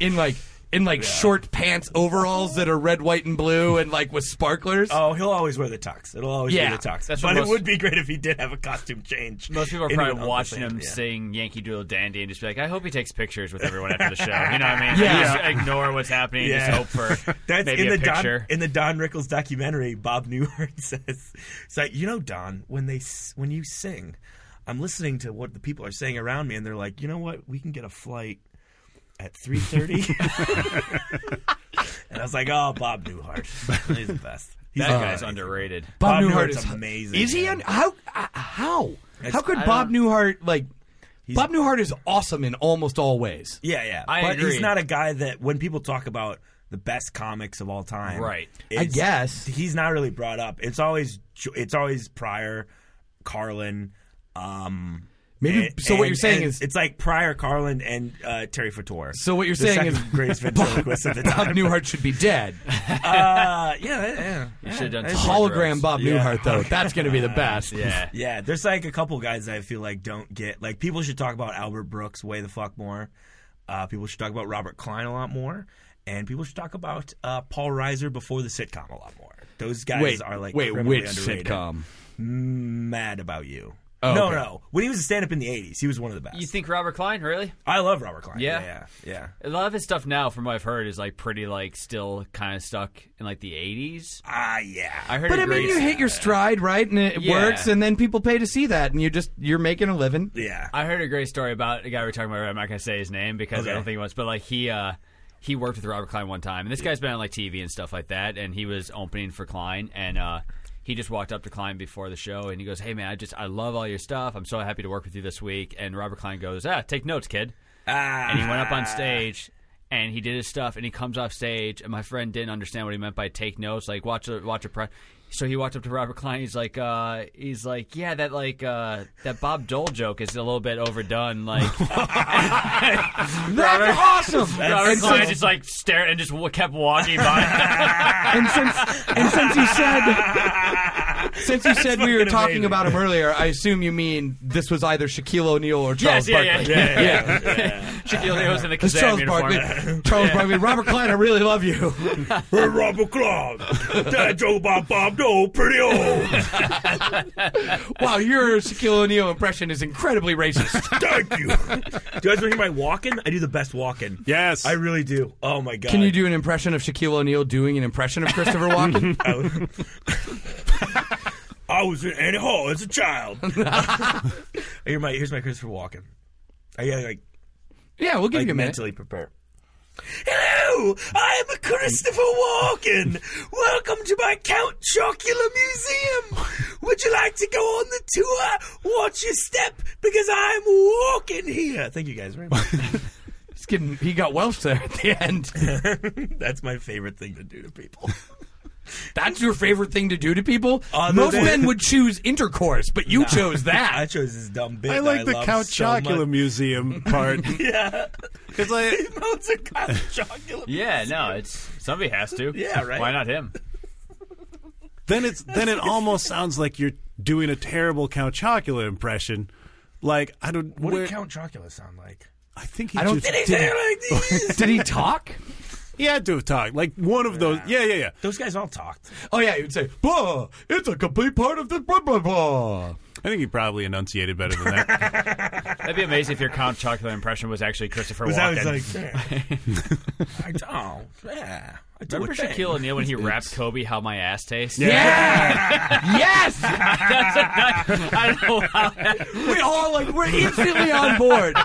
Speaker 2: in like. In like short pants overalls that are red, white, and blue, and like with sparklers.
Speaker 1: Oh, he'll always wear the tux. It'll always
Speaker 2: Yeah,
Speaker 1: be the tux.
Speaker 3: that's
Speaker 1: but
Speaker 3: what
Speaker 1: it
Speaker 3: most-
Speaker 1: would be great if he did have a costume change.
Speaker 3: Most people are
Speaker 1: into
Speaker 3: probably
Speaker 1: an
Speaker 3: watching
Speaker 1: Uncle
Speaker 3: him
Speaker 1: Sam, yeah.
Speaker 3: sing Yankee Doodle Dandy and just be like, I hope he takes pictures with everyone after the show. You know what I mean?
Speaker 2: Yeah.
Speaker 3: Just ignore what's happening and
Speaker 1: Yeah. <laughs>
Speaker 3: just
Speaker 2: <laughs>
Speaker 3: hope for
Speaker 1: That's in
Speaker 3: maybe a
Speaker 1: the Don
Speaker 3: picture.
Speaker 1: in the Don Rickles documentary. Bob Newhart <laughs> says, "It's like you know, Don, when they s- when you sing, I'm listening to what the people are saying around me, and they're like, you know what, we can get a flight at
Speaker 3: <laughs>
Speaker 1: 3:30." <laughs> and I was like, "Oh, Bob Newhart, he's the best. He's
Speaker 3: that
Speaker 1: the
Speaker 3: guy's
Speaker 2: Uh,
Speaker 1: best.
Speaker 2: <laughs>
Speaker 3: underrated.
Speaker 1: Bob
Speaker 2: Bob, Newhart
Speaker 1: Newhart's
Speaker 2: is
Speaker 1: amazing,
Speaker 2: Is he
Speaker 1: man.
Speaker 2: un- how uh, how how could
Speaker 3: I
Speaker 2: Bob
Speaker 3: don't-
Speaker 2: Newhart like? Bob Newhart is awesome in almost all ways.
Speaker 1: Yeah, yeah.
Speaker 3: I
Speaker 1: but
Speaker 3: agree.
Speaker 1: he's not a guy that when people talk about the best comics of all time,
Speaker 3: Right.
Speaker 2: I
Speaker 1: it's-
Speaker 2: guess.
Speaker 1: he's not really brought up. It's always it's always Pryor, Carlin. Um,
Speaker 2: Maybe
Speaker 1: and-
Speaker 2: so. What
Speaker 1: and-
Speaker 2: you're saying
Speaker 1: and
Speaker 2: is
Speaker 1: it's like Pryor, Carlin, and uh, Terry Fator.
Speaker 2: so. What you're
Speaker 1: the
Speaker 2: saying
Speaker 1: second
Speaker 2: is <laughs>
Speaker 1: greatest ventriloquist of the
Speaker 2: Bob
Speaker 1: time.
Speaker 2: Newhart should be
Speaker 1: <laughs>
Speaker 2: dead.
Speaker 1: Uh, yeah, yeah,
Speaker 3: You should have done some
Speaker 2: Hologram
Speaker 3: drugs.
Speaker 2: Bob
Speaker 1: Yeah.
Speaker 2: Newhart
Speaker 1: <laughs>
Speaker 2: though. That's going to be the best.
Speaker 3: Yeah.
Speaker 1: yeah. There's like a couple guys that I feel like don't get. Like people should talk about Albert Brooks way the fuck more. Uh, people should talk about Robert Klein a lot more, and people should talk about uh, Paul Reiser before the sitcom a lot more. Those guys
Speaker 2: Wait,
Speaker 1: are like
Speaker 2: wait,
Speaker 1: criminally
Speaker 2: which
Speaker 1: underrated.
Speaker 2: sitcom?
Speaker 1: mad about you.
Speaker 2: Oh,
Speaker 1: no,
Speaker 2: okay.
Speaker 1: no. When he was a stand-up in the '80s, he was one of the best.
Speaker 3: You think Robert Klein, really?
Speaker 1: I love Robert Klein.
Speaker 3: Yeah.
Speaker 1: yeah, yeah.
Speaker 3: A lot of his stuff now, from what I've heard, is like pretty, like still kind of stuck in like the 80s.
Speaker 1: Ah, yeah.
Speaker 3: I heard
Speaker 2: But
Speaker 3: a
Speaker 2: I mean,
Speaker 3: great-
Speaker 2: you hit your stride, right? And it
Speaker 3: Yeah.
Speaker 2: works, and then people pay to see that, and you just you're making a living.
Speaker 1: yeah.
Speaker 3: I heard a great story about a guy we're talking about. I'm not gonna say his name because
Speaker 1: Okay.
Speaker 3: I don't think he wants. But like he, uh, he worked with Robert Klein one time, and this guy's been on like TV and stuff like that. And he was opening for Klein, and uh, he just walked up to Klein before the show and he goes, "Hey man, I just I love all your stuff. I'm so happy to work with you this week." And Robert Klein goes, "Ah, take notes, kid."
Speaker 1: Ah.
Speaker 3: And he
Speaker 1: <laughs>
Speaker 3: went up on stage and he did his stuff and he comes off stage and my friend didn't understand what he meant by take notes, like watch a watch a press. So he walked up to Robert Klein. He's like, uh, he's like, yeah, that like uh, that Bob Dole joke is a little bit
Speaker 1: <laughs>
Speaker 3: overdone. Like,
Speaker 2: That's awesome.
Speaker 3: Robert
Speaker 2: and,
Speaker 3: Klein
Speaker 2: since,
Speaker 3: just like stared and just w- kept walking
Speaker 1: <laughs>
Speaker 3: by. <laughs>
Speaker 2: and since and since you said
Speaker 3: <laughs>
Speaker 2: since you said we were
Speaker 1: fucking
Speaker 2: talking
Speaker 1: amazing.
Speaker 2: about him earlier, I assume you mean this was either Shaquille O'Neal or Charles
Speaker 1: Oh,
Speaker 3: yes, yeah, yeah,
Speaker 2: Barkley.
Speaker 3: yeah, yeah. <laughs> Shaquille O'Neal was in the
Speaker 2: It's
Speaker 3: Kazam
Speaker 2: Charles
Speaker 3: uniform.
Speaker 2: Barkley.
Speaker 3: <laughs>
Speaker 2: Charles Barkley. Robert Klein, I really love you.
Speaker 1: Hey, Robert Claus. That joke about Bob Dole, pretty old.
Speaker 2: Wow, your Shaquille O'Neal impression is incredibly
Speaker 3: <laughs>
Speaker 2: racist.
Speaker 1: Thank you. Do you guys want to hear my walking? I do the best walking.
Speaker 4: Yes.
Speaker 1: I really do. Oh my god.
Speaker 2: Can you do an impression of Shaquille O'Neal doing an impression of <laughs> Christopher Walken?
Speaker 1: <laughs> I was in Annie Hall as a
Speaker 2: <laughs>
Speaker 1: child. <laughs> Here my, here's my Christopher Walken. I gotta like,
Speaker 2: yeah, we'll give
Speaker 1: like
Speaker 2: you a minute.
Speaker 1: mentally prepare. Hello, I'm Christopher Walken. Welcome to my Count Chocula Museum. Would you like to go on the tour? Watch your step because I'm walking here. Thank you guys very much. <laughs>
Speaker 2: He's getting, he got Welsh there at the end.
Speaker 1: That's my favorite thing to do to people.
Speaker 2: That's your favorite thing to do to people?
Speaker 1: Other
Speaker 2: Most
Speaker 1: than-
Speaker 2: men would choose intercourse, but
Speaker 3: <laughs>
Speaker 2: you
Speaker 1: <laughs>
Speaker 2: chose
Speaker 1: I
Speaker 2: that.
Speaker 1: chose this dumb bit.
Speaker 4: I like
Speaker 1: that
Speaker 4: the
Speaker 1: love
Speaker 4: Count
Speaker 1: so
Speaker 4: Chocula
Speaker 1: much.
Speaker 2: <laughs>
Speaker 4: Museum part.
Speaker 1: <laughs> Yeah,
Speaker 4: It's like
Speaker 1: it's a
Speaker 4: <laughs>
Speaker 1: Count Chocula.
Speaker 3: Yeah, no, it's somebody has to.
Speaker 1: Yeah, right.
Speaker 3: Why not him?
Speaker 4: then it's then it almost sounds like you're doing a terrible Count Chocula impression. Like I don't.
Speaker 1: What
Speaker 4: where-
Speaker 1: did Count Chocula sound like?
Speaker 4: I think he
Speaker 2: I don't
Speaker 4: just
Speaker 2: think-
Speaker 4: did-
Speaker 2: Did he talk?
Speaker 4: He had to have talked like one of those. Yeah, yeah, yeah.
Speaker 1: <laughs> Those guys all talked.
Speaker 2: Oh, yeah, he would say, blah, it's a complete part of the blah, blah, blah.
Speaker 4: I think he probably enunciated better
Speaker 2: <laughs>
Speaker 4: than that.
Speaker 3: That'd be amazing if your Count Chocula impression was actually Christopher
Speaker 1: Because I
Speaker 3: Walken.
Speaker 1: was like, <laughs> yeah. I don't. Yeah, I do
Speaker 3: Remember
Speaker 1: a thing.
Speaker 3: Shaquille O'Neal when he rapped Kobe how my ass tastes?
Speaker 2: Yeah! yes!
Speaker 3: That's a, that, <laughs> I don't know how that,
Speaker 2: We all like we're instantly on board.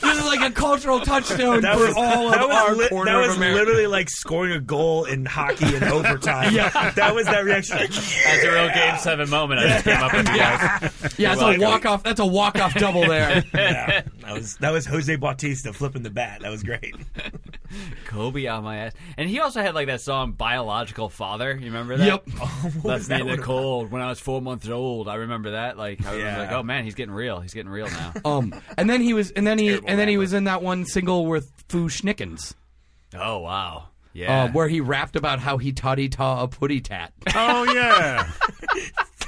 Speaker 2: This is like a cultural touchstone
Speaker 1: That
Speaker 2: for
Speaker 1: was,
Speaker 2: all
Speaker 1: that
Speaker 2: of
Speaker 1: was,
Speaker 2: our
Speaker 1: li-
Speaker 2: corner
Speaker 1: that
Speaker 2: of
Speaker 1: was
Speaker 2: America.
Speaker 1: literally like scoring a goal in hockey in overtime. yeah, that was that reaction. Like,
Speaker 3: that's a real Game 7 moment I just came up with you guys.
Speaker 2: yeah, it's
Speaker 3: Well,
Speaker 2: a walk off. That's a walk off double there.
Speaker 1: <laughs> <laughs> yeah. That was that was Jose Bautista flipping the bat. That was great.
Speaker 3: Kobe on my ass. And he also had like that song Biological Father. You remember that?
Speaker 2: yep.
Speaker 3: Left
Speaker 1: that
Speaker 3: me in the
Speaker 1: one about?
Speaker 3: cold when I was four months old. I remember that. Like I
Speaker 1: Yeah.
Speaker 3: was like, oh man, he's getting real. He's getting real now.
Speaker 2: Um, and then he was, and then he, and then he was in that one single with Foo Schnickens,
Speaker 3: oh wow. Yeah.
Speaker 2: uh, where he rapped about how he toddy ta a putty tat.
Speaker 4: oh yeah.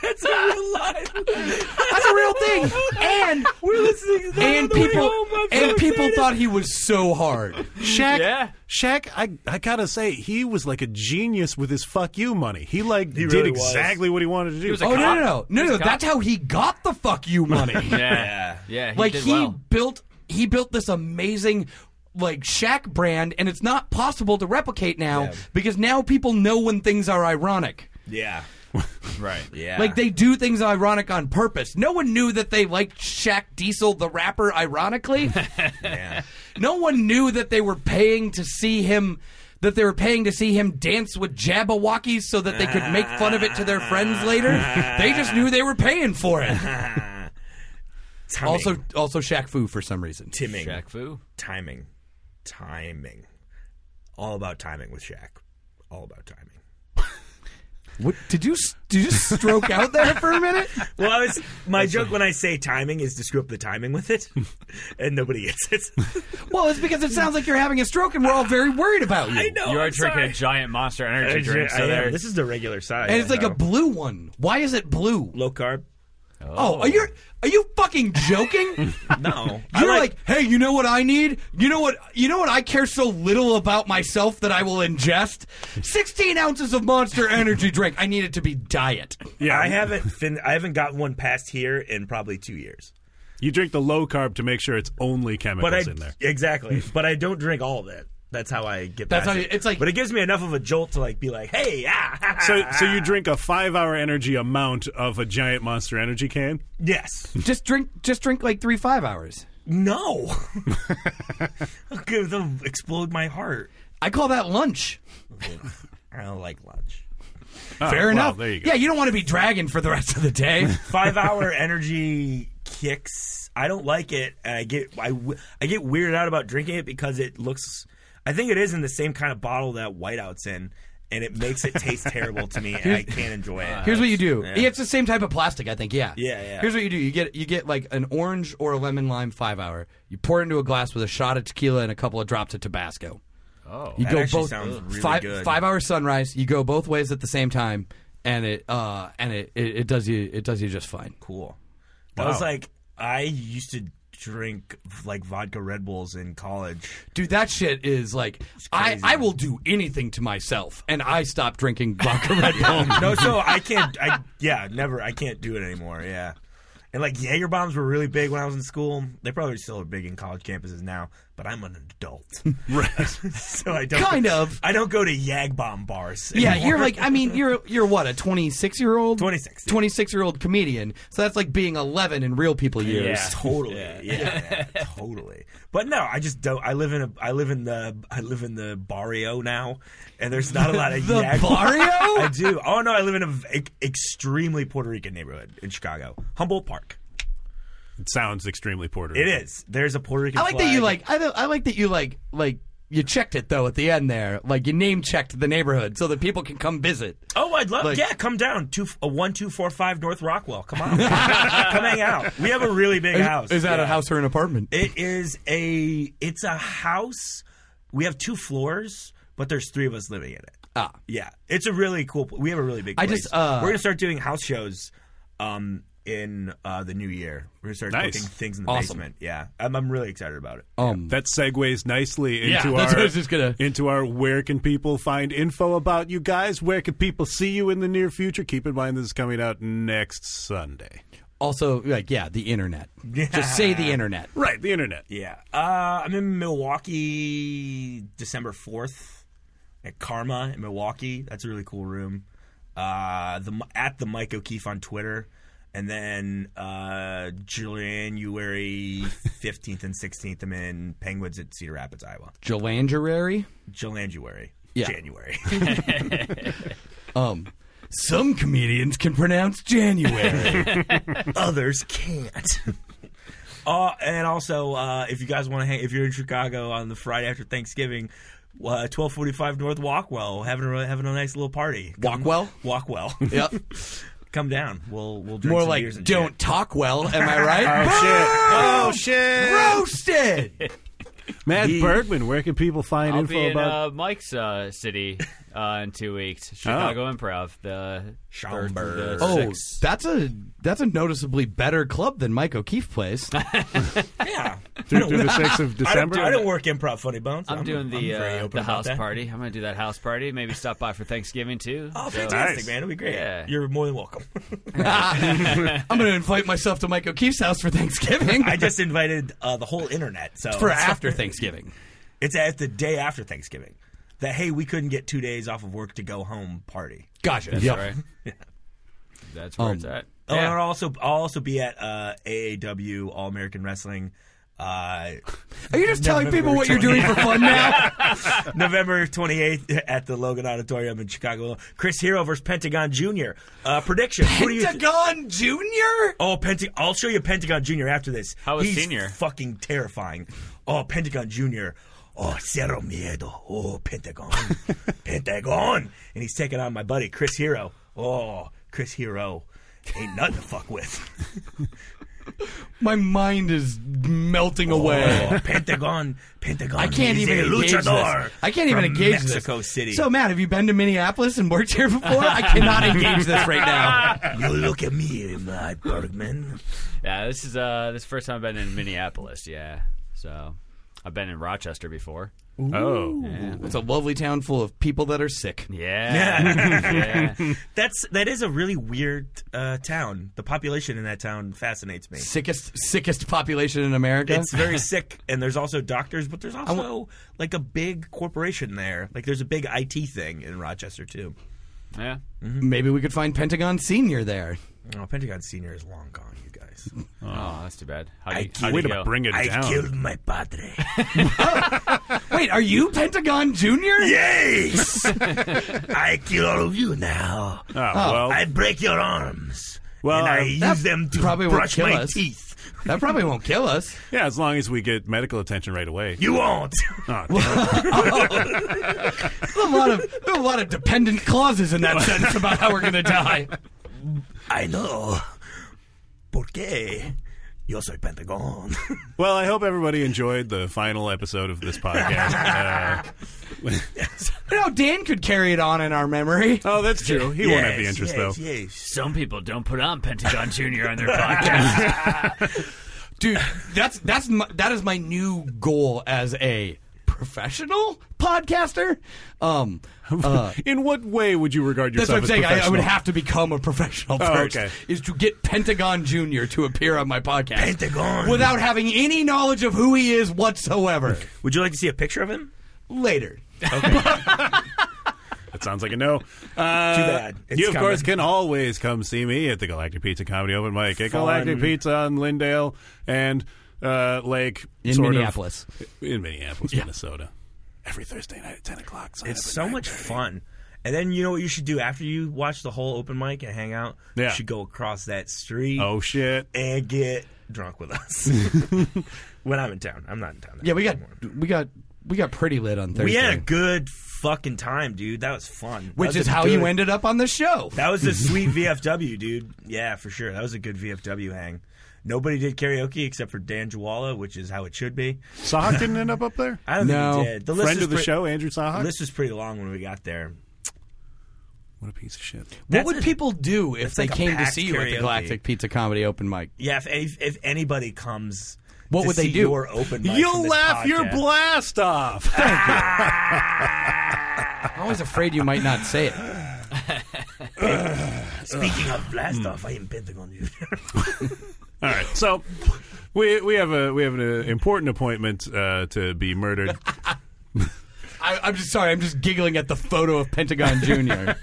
Speaker 1: That's a real line.
Speaker 2: That's a real thing. And
Speaker 1: We're listening to that on
Speaker 2: and
Speaker 1: the way
Speaker 2: people
Speaker 1: home. I'm so
Speaker 2: and people
Speaker 1: excited.
Speaker 2: thought he was so hard.
Speaker 4: Shaq,
Speaker 3: Yeah.
Speaker 4: Shaq, I, I gotta say, he was like a genius with his fuck you money. He like did
Speaker 1: really was.
Speaker 4: exactly what he wanted to do.
Speaker 3: was a
Speaker 2: Oh no no
Speaker 3: cop.
Speaker 2: no no
Speaker 3: He's a
Speaker 2: no!
Speaker 3: cop.
Speaker 2: That's how he got the fuck
Speaker 1: <laughs>
Speaker 2: you money.
Speaker 3: yeah. Yeah. He
Speaker 2: like
Speaker 3: did
Speaker 2: he <laughs>
Speaker 3: well.
Speaker 2: built he built this amazing like Shaq brand, and it's not possible to replicate now
Speaker 1: Yeah.
Speaker 2: because now people know when things are ironic.
Speaker 1: Yeah,
Speaker 3: Right.
Speaker 1: yeah.
Speaker 2: Like they do things ironic on purpose. No one knew that they liked Shaq Diesel the rapper ironically.
Speaker 3: <laughs>
Speaker 1: Yeah.
Speaker 2: no one knew that they were paying to see him that they were paying to see him dance with Jabberwockies so that they could make fun of it to their friends
Speaker 3: <laughs>
Speaker 2: later. They just knew they were paying for it.
Speaker 1: Timing.
Speaker 2: Also also Shaq Fu for some reason.
Speaker 1: timing.
Speaker 3: Jack Fu.
Speaker 1: timing, timing, all about timing with Shaq, all about timing.
Speaker 2: What, did you s- did you just stroke out there for a minute?
Speaker 1: Well, I was, my joke when I say timing is to screw up the timing with it, <laughs> and nobody gets it. <laughs>
Speaker 2: Well, it's because it sounds like you're having a stroke, and we're all very worried about you.
Speaker 1: I know.
Speaker 3: You are
Speaker 1: Oh, I'm
Speaker 3: drinking
Speaker 1: sorry.
Speaker 3: a giant monster energy
Speaker 1: I
Speaker 3: drink, so
Speaker 1: am.
Speaker 3: there.
Speaker 1: This is the regular size,
Speaker 2: And it's like
Speaker 1: so.
Speaker 2: a blue one. Why is it blue?
Speaker 1: low carb.
Speaker 2: Oh, are you are you fucking <laughs> joking?
Speaker 1: No, <laughs> I
Speaker 2: You're like, hey, you know what I need? You know what? You know what? I care so little about myself that I will ingest 16 ounces of Monster Energy drink. I need it to be diet.
Speaker 4: yeah,
Speaker 1: I haven't fin- I haven't gotten one past here in probably two years.
Speaker 4: You drink the low carb to make sure it's only chemicals
Speaker 1: But I
Speaker 4: in there. <laughs>
Speaker 1: exactly. But I don't drink all of it. That's how I get.
Speaker 2: That's
Speaker 1: past
Speaker 2: how you-
Speaker 1: it.
Speaker 2: it's like-
Speaker 1: But it gives me enough of a jolt to like be like, hey, ah,
Speaker 4: So, so you drink a five-hour energy amount of a giant Monster Energy can?
Speaker 1: yes,
Speaker 2: Just drink. Just drink like three five hours.
Speaker 4: <laughs>
Speaker 1: no. okay, they'll
Speaker 4: <laughs>
Speaker 1: explode my heart.
Speaker 2: I call that lunch.
Speaker 1: I don't like lunch.
Speaker 2: Fair
Speaker 4: well,
Speaker 2: enough.
Speaker 4: there you go.
Speaker 2: Yeah, Ah, you don't want to be dragging for the rest of the day.
Speaker 1: Five hour energy kicks. I don't like it, and I get I, w- I get weirded out about drinking it because it looks. I think it is in the same kind of bottle that whiteout's in, and it makes it taste terrible to me, and I can't enjoy it.
Speaker 2: Here's what you do.
Speaker 1: Yeah.
Speaker 2: Yeah. it's the same type of plastic, I think. Yeah.
Speaker 1: Yeah, yeah.
Speaker 2: Here's what you do. You get you get like an orange or a lemon lime five hour. You pour it into a glass with a shot of tequila and a couple of drops of Tabasco.
Speaker 3: Oh.
Speaker 2: You
Speaker 1: That
Speaker 2: go
Speaker 1: actually
Speaker 2: both
Speaker 1: sounds really
Speaker 2: five
Speaker 1: good.
Speaker 2: five hour sunrise. You go both ways at the same time, and it uh and it, it, it does you it does you just fine.
Speaker 1: cool. That was like I used to drink like vodka Red Bulls in college.
Speaker 2: Dude, that shit is like I, I will do anything to myself, and I stop drinking vodka Red
Speaker 1: <laughs>
Speaker 2: Bull.
Speaker 1: No, so I can't. I yeah, never. I can't do it anymore. Yeah, and like Jaeger bombs were really big when I was in school. They probably still are big in college campuses now. But I'm an
Speaker 2: <laughs>
Speaker 1: adult, right? so I don't
Speaker 2: Kind of.
Speaker 1: I don't go to Yag bomb bars.
Speaker 2: Yeah,
Speaker 1: anymore. <laughs>
Speaker 2: you're like I mean you're you're what a 26 year old
Speaker 1: 26, yeah.
Speaker 2: 26 year old comedian. So that's like being 11 in real people years.
Speaker 1: <laughs> Yeah, totally. Yeah, yeah, totally. But no, I just don't. I live in a. I live in the. I live in the barrio now, and there's not a lot of
Speaker 2: <laughs> The
Speaker 1: Yag-
Speaker 2: barrio?
Speaker 1: <laughs> I do. Oh no, I live in an extremely Puerto Rican neighborhood in Chicago, Humboldt Park.
Speaker 4: <laughs> It sounds extremely Puerto
Speaker 1: It
Speaker 4: Rican.
Speaker 1: is. There's a Puerto Rican.
Speaker 2: I like that you
Speaker 1: flag.
Speaker 2: like I, I like that you like like you checked it though at the end there. Like you name checked the neighborhood so that people can come visit.
Speaker 1: Oh, I'd love.
Speaker 2: Like-
Speaker 1: yeah, come down to uh, one two four five North Rockwell. Come on, <laughs> come hang out. We have a really big house. Yeah.
Speaker 2: or an apartment?
Speaker 1: It is a. It's a house. We have two floors, but there's three of us living in it.
Speaker 2: Ah.
Speaker 1: yeah, it's a really cool. pl- We have a really big.
Speaker 2: I
Speaker 1: Place.
Speaker 2: just, uh,
Speaker 1: We're gonna start doing house shows. Um. In uh, the new year, we're gonna start
Speaker 4: Nice.
Speaker 1: booking things in the
Speaker 2: Awesome.
Speaker 1: basement. Yeah, I'm, I'm really excited about it.
Speaker 2: um
Speaker 4: That segues nicely into
Speaker 2: Yeah,
Speaker 4: our
Speaker 2: that's what I was just gonna-
Speaker 4: into our where can people find info about you guys? Where can people see you in the near future? Keep in mind this is coming out next Sunday.
Speaker 2: also like yeah, the internet. Just say the internet.
Speaker 4: Right, the internet.
Speaker 1: Yeah. Uh, I'm in Milwaukee December 4th at Karma in Milwaukee. That's a really cool room. Uh, the At the Mike O'Keefe on Twitter. And then uh, January 15th and 16th, I'm in Penguins at Cedar Rapids, Iowa.
Speaker 2: Jalangerary.
Speaker 1: January.
Speaker 2: Yeah.
Speaker 1: January. <laughs>
Speaker 2: Um some comedians can pronounce January.
Speaker 1: <laughs> Others can't. <laughs> Uh, and also, uh, if you guys want to hang, if you're in Chicago on the Friday after Thanksgiving, uh, 1245 North Walkwell, having a, having a nice little party. Come-
Speaker 2: Walkwell?
Speaker 1: Walkwell.
Speaker 2: <laughs> yep.
Speaker 1: Come down. We'll we'll drink
Speaker 2: More
Speaker 1: some beers
Speaker 2: like
Speaker 1: and
Speaker 2: don't talk well, am
Speaker 1: <laughs>
Speaker 2: I right?
Speaker 4: Oh shit!
Speaker 2: Roasted.
Speaker 4: Matt
Speaker 1: Ye-
Speaker 4: Bergman, where can people find
Speaker 3: I'll
Speaker 4: info
Speaker 3: be in
Speaker 4: about Oh.
Speaker 3: uh, Mike's uh, city uh, in two
Speaker 4: <laughs>
Speaker 3: weeks, Chicago Improv. The
Speaker 1: Schaumburg.
Speaker 3: third to the
Speaker 2: Oh,
Speaker 3: sixth.
Speaker 2: that's a that's a noticeably better club than Mike O'Keefe
Speaker 1: <laughs>
Speaker 2: plays.
Speaker 1: shit. Yeah. I
Speaker 4: through,
Speaker 1: don't,
Speaker 4: through the sixth of
Speaker 1: I don't,
Speaker 4: December?
Speaker 1: I don't work improv funny bones.
Speaker 3: I'm, doing the
Speaker 1: I'm very
Speaker 3: uh,
Speaker 1: open
Speaker 3: the
Speaker 1: about
Speaker 3: house
Speaker 1: that.
Speaker 3: party. I'm gonna do that house party. Maybe stop by for Thanksgiving too.
Speaker 1: Oh,
Speaker 3: So-
Speaker 1: fantastic,
Speaker 4: Nice.
Speaker 1: man! It'll be great.
Speaker 3: Yeah.
Speaker 1: You're more than welcome.
Speaker 2: I'm going to invite myself to Mike O'Keefe's house for Thanksgiving.
Speaker 1: I just invited uh, the whole internet. So
Speaker 2: <laughs> for after Thanksgiving.
Speaker 1: it's at the day after Thanksgiving. That hey, we couldn't get two days off of work to go home party.
Speaker 2: Gotcha.
Speaker 3: That's
Speaker 2: Yep.
Speaker 1: <laughs>
Speaker 3: right. That's where
Speaker 2: Um,
Speaker 3: it's at.
Speaker 1: Oh,
Speaker 3: Yeah.
Speaker 1: and I'll also I'll also be at uh, AAW All American Wrestling. Uh, <laughs>
Speaker 2: Are you just telling people
Speaker 1: November
Speaker 2: what you're doing for fun now?
Speaker 1: <laughs> November 28th at the Logan Auditorium in Chicago. Chris Hero versus Pentagon Jr. Uh, prediction. Who do you
Speaker 2: Pentagon Junior.
Speaker 1: Oh, Penta- I'll show you Pentagon Jr. after this.
Speaker 3: How is
Speaker 1: He's
Speaker 3: Senior?
Speaker 1: fucking terrifying. Oh, Pentagon Jr. Oh, cero miedo. Oh,
Speaker 2: <laughs>
Speaker 1: Pentagon. Pentagon. And he's taking on my buddy, Chris Hero. Oh, Chris Hero. Ain't nothing to fuck with.
Speaker 2: <laughs> My mind is melting away.
Speaker 1: Oh, Pentagon. Pentagon.
Speaker 2: I can't
Speaker 1: He's a
Speaker 2: even engage this.
Speaker 1: luchador
Speaker 2: I can't even
Speaker 1: from
Speaker 2: engage this.
Speaker 1: Mexico City.
Speaker 2: So, <laughs> Matt, have you been to Minneapolis and worked here before? I cannot engage this right
Speaker 1: <laughs>
Speaker 2: now.
Speaker 1: you look at me, my
Speaker 2: <laughs>
Speaker 1: Bergman.
Speaker 3: Yeah, this is uh this is the first time I've been in Minneapolis. Yeah, so I've been in Rochester before.
Speaker 4: Oh,
Speaker 2: It's a lovely town full of people that are sick.
Speaker 1: <laughs>
Speaker 3: Yeah, yeah.
Speaker 1: That's that is a really weird uh, town. The population in that town fascinates me.
Speaker 2: Sickest, sickest population in America.
Speaker 1: It's
Speaker 2: <laughs>
Speaker 1: very sick, and there's also doctors, but there's also like a big corporation there. Like there's a big IT thing in Rochester too.
Speaker 3: yeah.
Speaker 1: Mm.
Speaker 2: Maybe we could find Pentagon Senior there.
Speaker 1: Oh, Pentagon Senior is long gone, you guys.
Speaker 3: Oh, that's too bad. How do you,
Speaker 1: I
Speaker 3: how do
Speaker 4: way
Speaker 3: you
Speaker 4: to
Speaker 2: <laughs>
Speaker 3: go?
Speaker 4: bring it down.
Speaker 1: my padre.
Speaker 2: Wait, Wait, are you Pentagon Junior? <laughs>
Speaker 7: Yes! I kill all of you now.
Speaker 4: Oh, well,
Speaker 7: I break your arms. and
Speaker 4: Well,
Speaker 7: I
Speaker 4: uh,
Speaker 2: that
Speaker 7: use them to
Speaker 2: probably won't
Speaker 7: brush
Speaker 2: kill
Speaker 7: my
Speaker 2: us.
Speaker 7: teeth.
Speaker 2: That probably won't kill us.
Speaker 4: yeah, as long as we get medical attention right away.
Speaker 7: You
Speaker 4: <laughs>
Speaker 7: won't.
Speaker 4: Oh,
Speaker 2: There's a lot of there's a lot of dependent clauses in that sentence about how we're going to die.
Speaker 7: I know. Porque yo soy Pentagon.
Speaker 4: Well, I hope everybody enjoyed the final episode of this podcast. Uh,
Speaker 2: You know, Dan could carry it on in our memory.
Speaker 4: oh, that's true. He won't have the
Speaker 7: Yes,
Speaker 4: interest,
Speaker 7: yes,
Speaker 4: though.
Speaker 7: Yes.
Speaker 3: Some people don't put on Pentagon Junior
Speaker 1: <laughs>
Speaker 3: on their podcast.
Speaker 2: dude that's that's my, that is my new goal as a professional podcaster um
Speaker 4: <laughs>
Speaker 2: uh,
Speaker 4: In what way would you regard
Speaker 2: that's what
Speaker 4: yourself
Speaker 2: i'm
Speaker 4: as
Speaker 2: saying I, I would
Speaker 4: professional?
Speaker 2: have to become a professional
Speaker 4: Oh,
Speaker 2: first
Speaker 4: okay.
Speaker 2: is to get pentagon junior to appear on my podcast
Speaker 7: Pentagon.
Speaker 2: without having any knowledge of who he is whatsoever
Speaker 7: Would you like to see a picture of him?
Speaker 2: later
Speaker 4: That sounds like a no. Uh,
Speaker 7: Too bad. It's
Speaker 4: you, of
Speaker 7: coming.
Speaker 4: course, can always come see me at the Galactic Pizza Comedy Open Mic at Galactic Pizza on Lindale and uh, Lake.
Speaker 2: in
Speaker 4: sort of-
Speaker 2: minneapolis
Speaker 4: in Minneapolis, Minnesota. Every Thursday night at 10 o'clock. so
Speaker 1: It's
Speaker 4: every
Speaker 1: so
Speaker 4: night.
Speaker 1: much fun. And then you know what you should do after you watch the whole open mic and hang out?
Speaker 4: Yeah.
Speaker 1: You should go across that street
Speaker 4: Oh, shit.
Speaker 1: and get drunk with us. <laughs> when I'm in town. I'm not in town.
Speaker 2: yeah we got we got we got pretty lit on thursday
Speaker 1: We had a good fucking time, dude. That was fun. That
Speaker 2: which
Speaker 1: was
Speaker 2: is
Speaker 1: a
Speaker 2: how you
Speaker 1: good-
Speaker 2: ended up on the show
Speaker 1: That was a sweet VFW, dude. Yeah, for sure. That was a good VFW hang. Nobody did karaoke except for Dan Jawala, which is how it should be.
Speaker 4: Sahak didn't end up up there?
Speaker 1: I don't
Speaker 2: No.
Speaker 1: think he did. The list
Speaker 4: Friend
Speaker 1: is
Speaker 4: of the
Speaker 1: pre-
Speaker 4: show, Andrew Sahak?
Speaker 1: List was pretty long when we got there.
Speaker 4: What a piece of shit.
Speaker 2: what
Speaker 1: That's
Speaker 2: would
Speaker 1: a-
Speaker 2: people do if
Speaker 1: that's
Speaker 2: they
Speaker 1: like a
Speaker 2: came to
Speaker 1: packed
Speaker 2: see you at the
Speaker 1: karaoke.
Speaker 2: galactic pizza comedy
Speaker 1: <laughs>
Speaker 2: open mic
Speaker 1: Yeah, if any, if anybody comes,
Speaker 2: What
Speaker 1: to
Speaker 2: would they
Speaker 1: see
Speaker 2: do?
Speaker 1: Your open mic from
Speaker 4: You'll
Speaker 1: this
Speaker 4: laugh your
Speaker 1: podcast-
Speaker 4: blast off. <laughs>
Speaker 2: I'm always afraid you might not say it.
Speaker 1: Speaking of
Speaker 2: <laughs> Hmm.
Speaker 1: blast off, I am Pentagon Junior.
Speaker 4: All right, so we we have a we have an uh, important appointment uh, to be
Speaker 1: <laughs>
Speaker 4: murdered.
Speaker 2: I, I'm just sorry. I'm just giggling at the photo of Pentagon
Speaker 1: <laughs>
Speaker 2: Junior.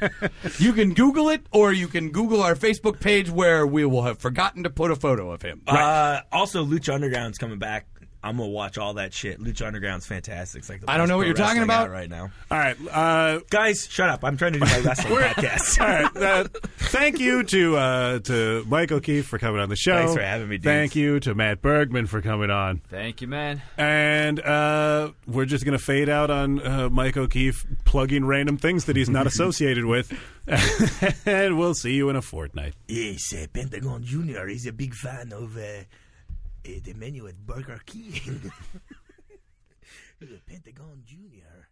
Speaker 2: you can Google it, or you can Google our Facebook page where we will have forgotten to put a photo of him.
Speaker 1: uh, also, Lucha Underground's coming back. I'm gonna watch all that shit. Lucha Underground's fantastic. It's like the
Speaker 2: I don't
Speaker 1: best
Speaker 2: know what
Speaker 1: pro
Speaker 2: you're talking
Speaker 1: wrestling out
Speaker 2: about.
Speaker 1: right now.
Speaker 4: All right, uh,
Speaker 1: Guys, shut up! I'm trying to do my
Speaker 2: <laughs>
Speaker 1: wrestling podcast. <laughs>
Speaker 4: all right. Uh, thank you to uh, to Mike O'Keefe for coming on the show.
Speaker 1: Thanks for having me, dudes.
Speaker 4: Thank you to Matt Bergman for coming on.
Speaker 3: Thank you, man.
Speaker 4: And uh, we're just gonna fade out on uh, Mike O'Keefe plugging random things that he's not associated with. <laughs> and we'll see you in a fortnight.
Speaker 1: Yes, uh, Pentagon Junior is a big fan of uh, uh, <laughs> the menu at Burger King. Pentagon Junior.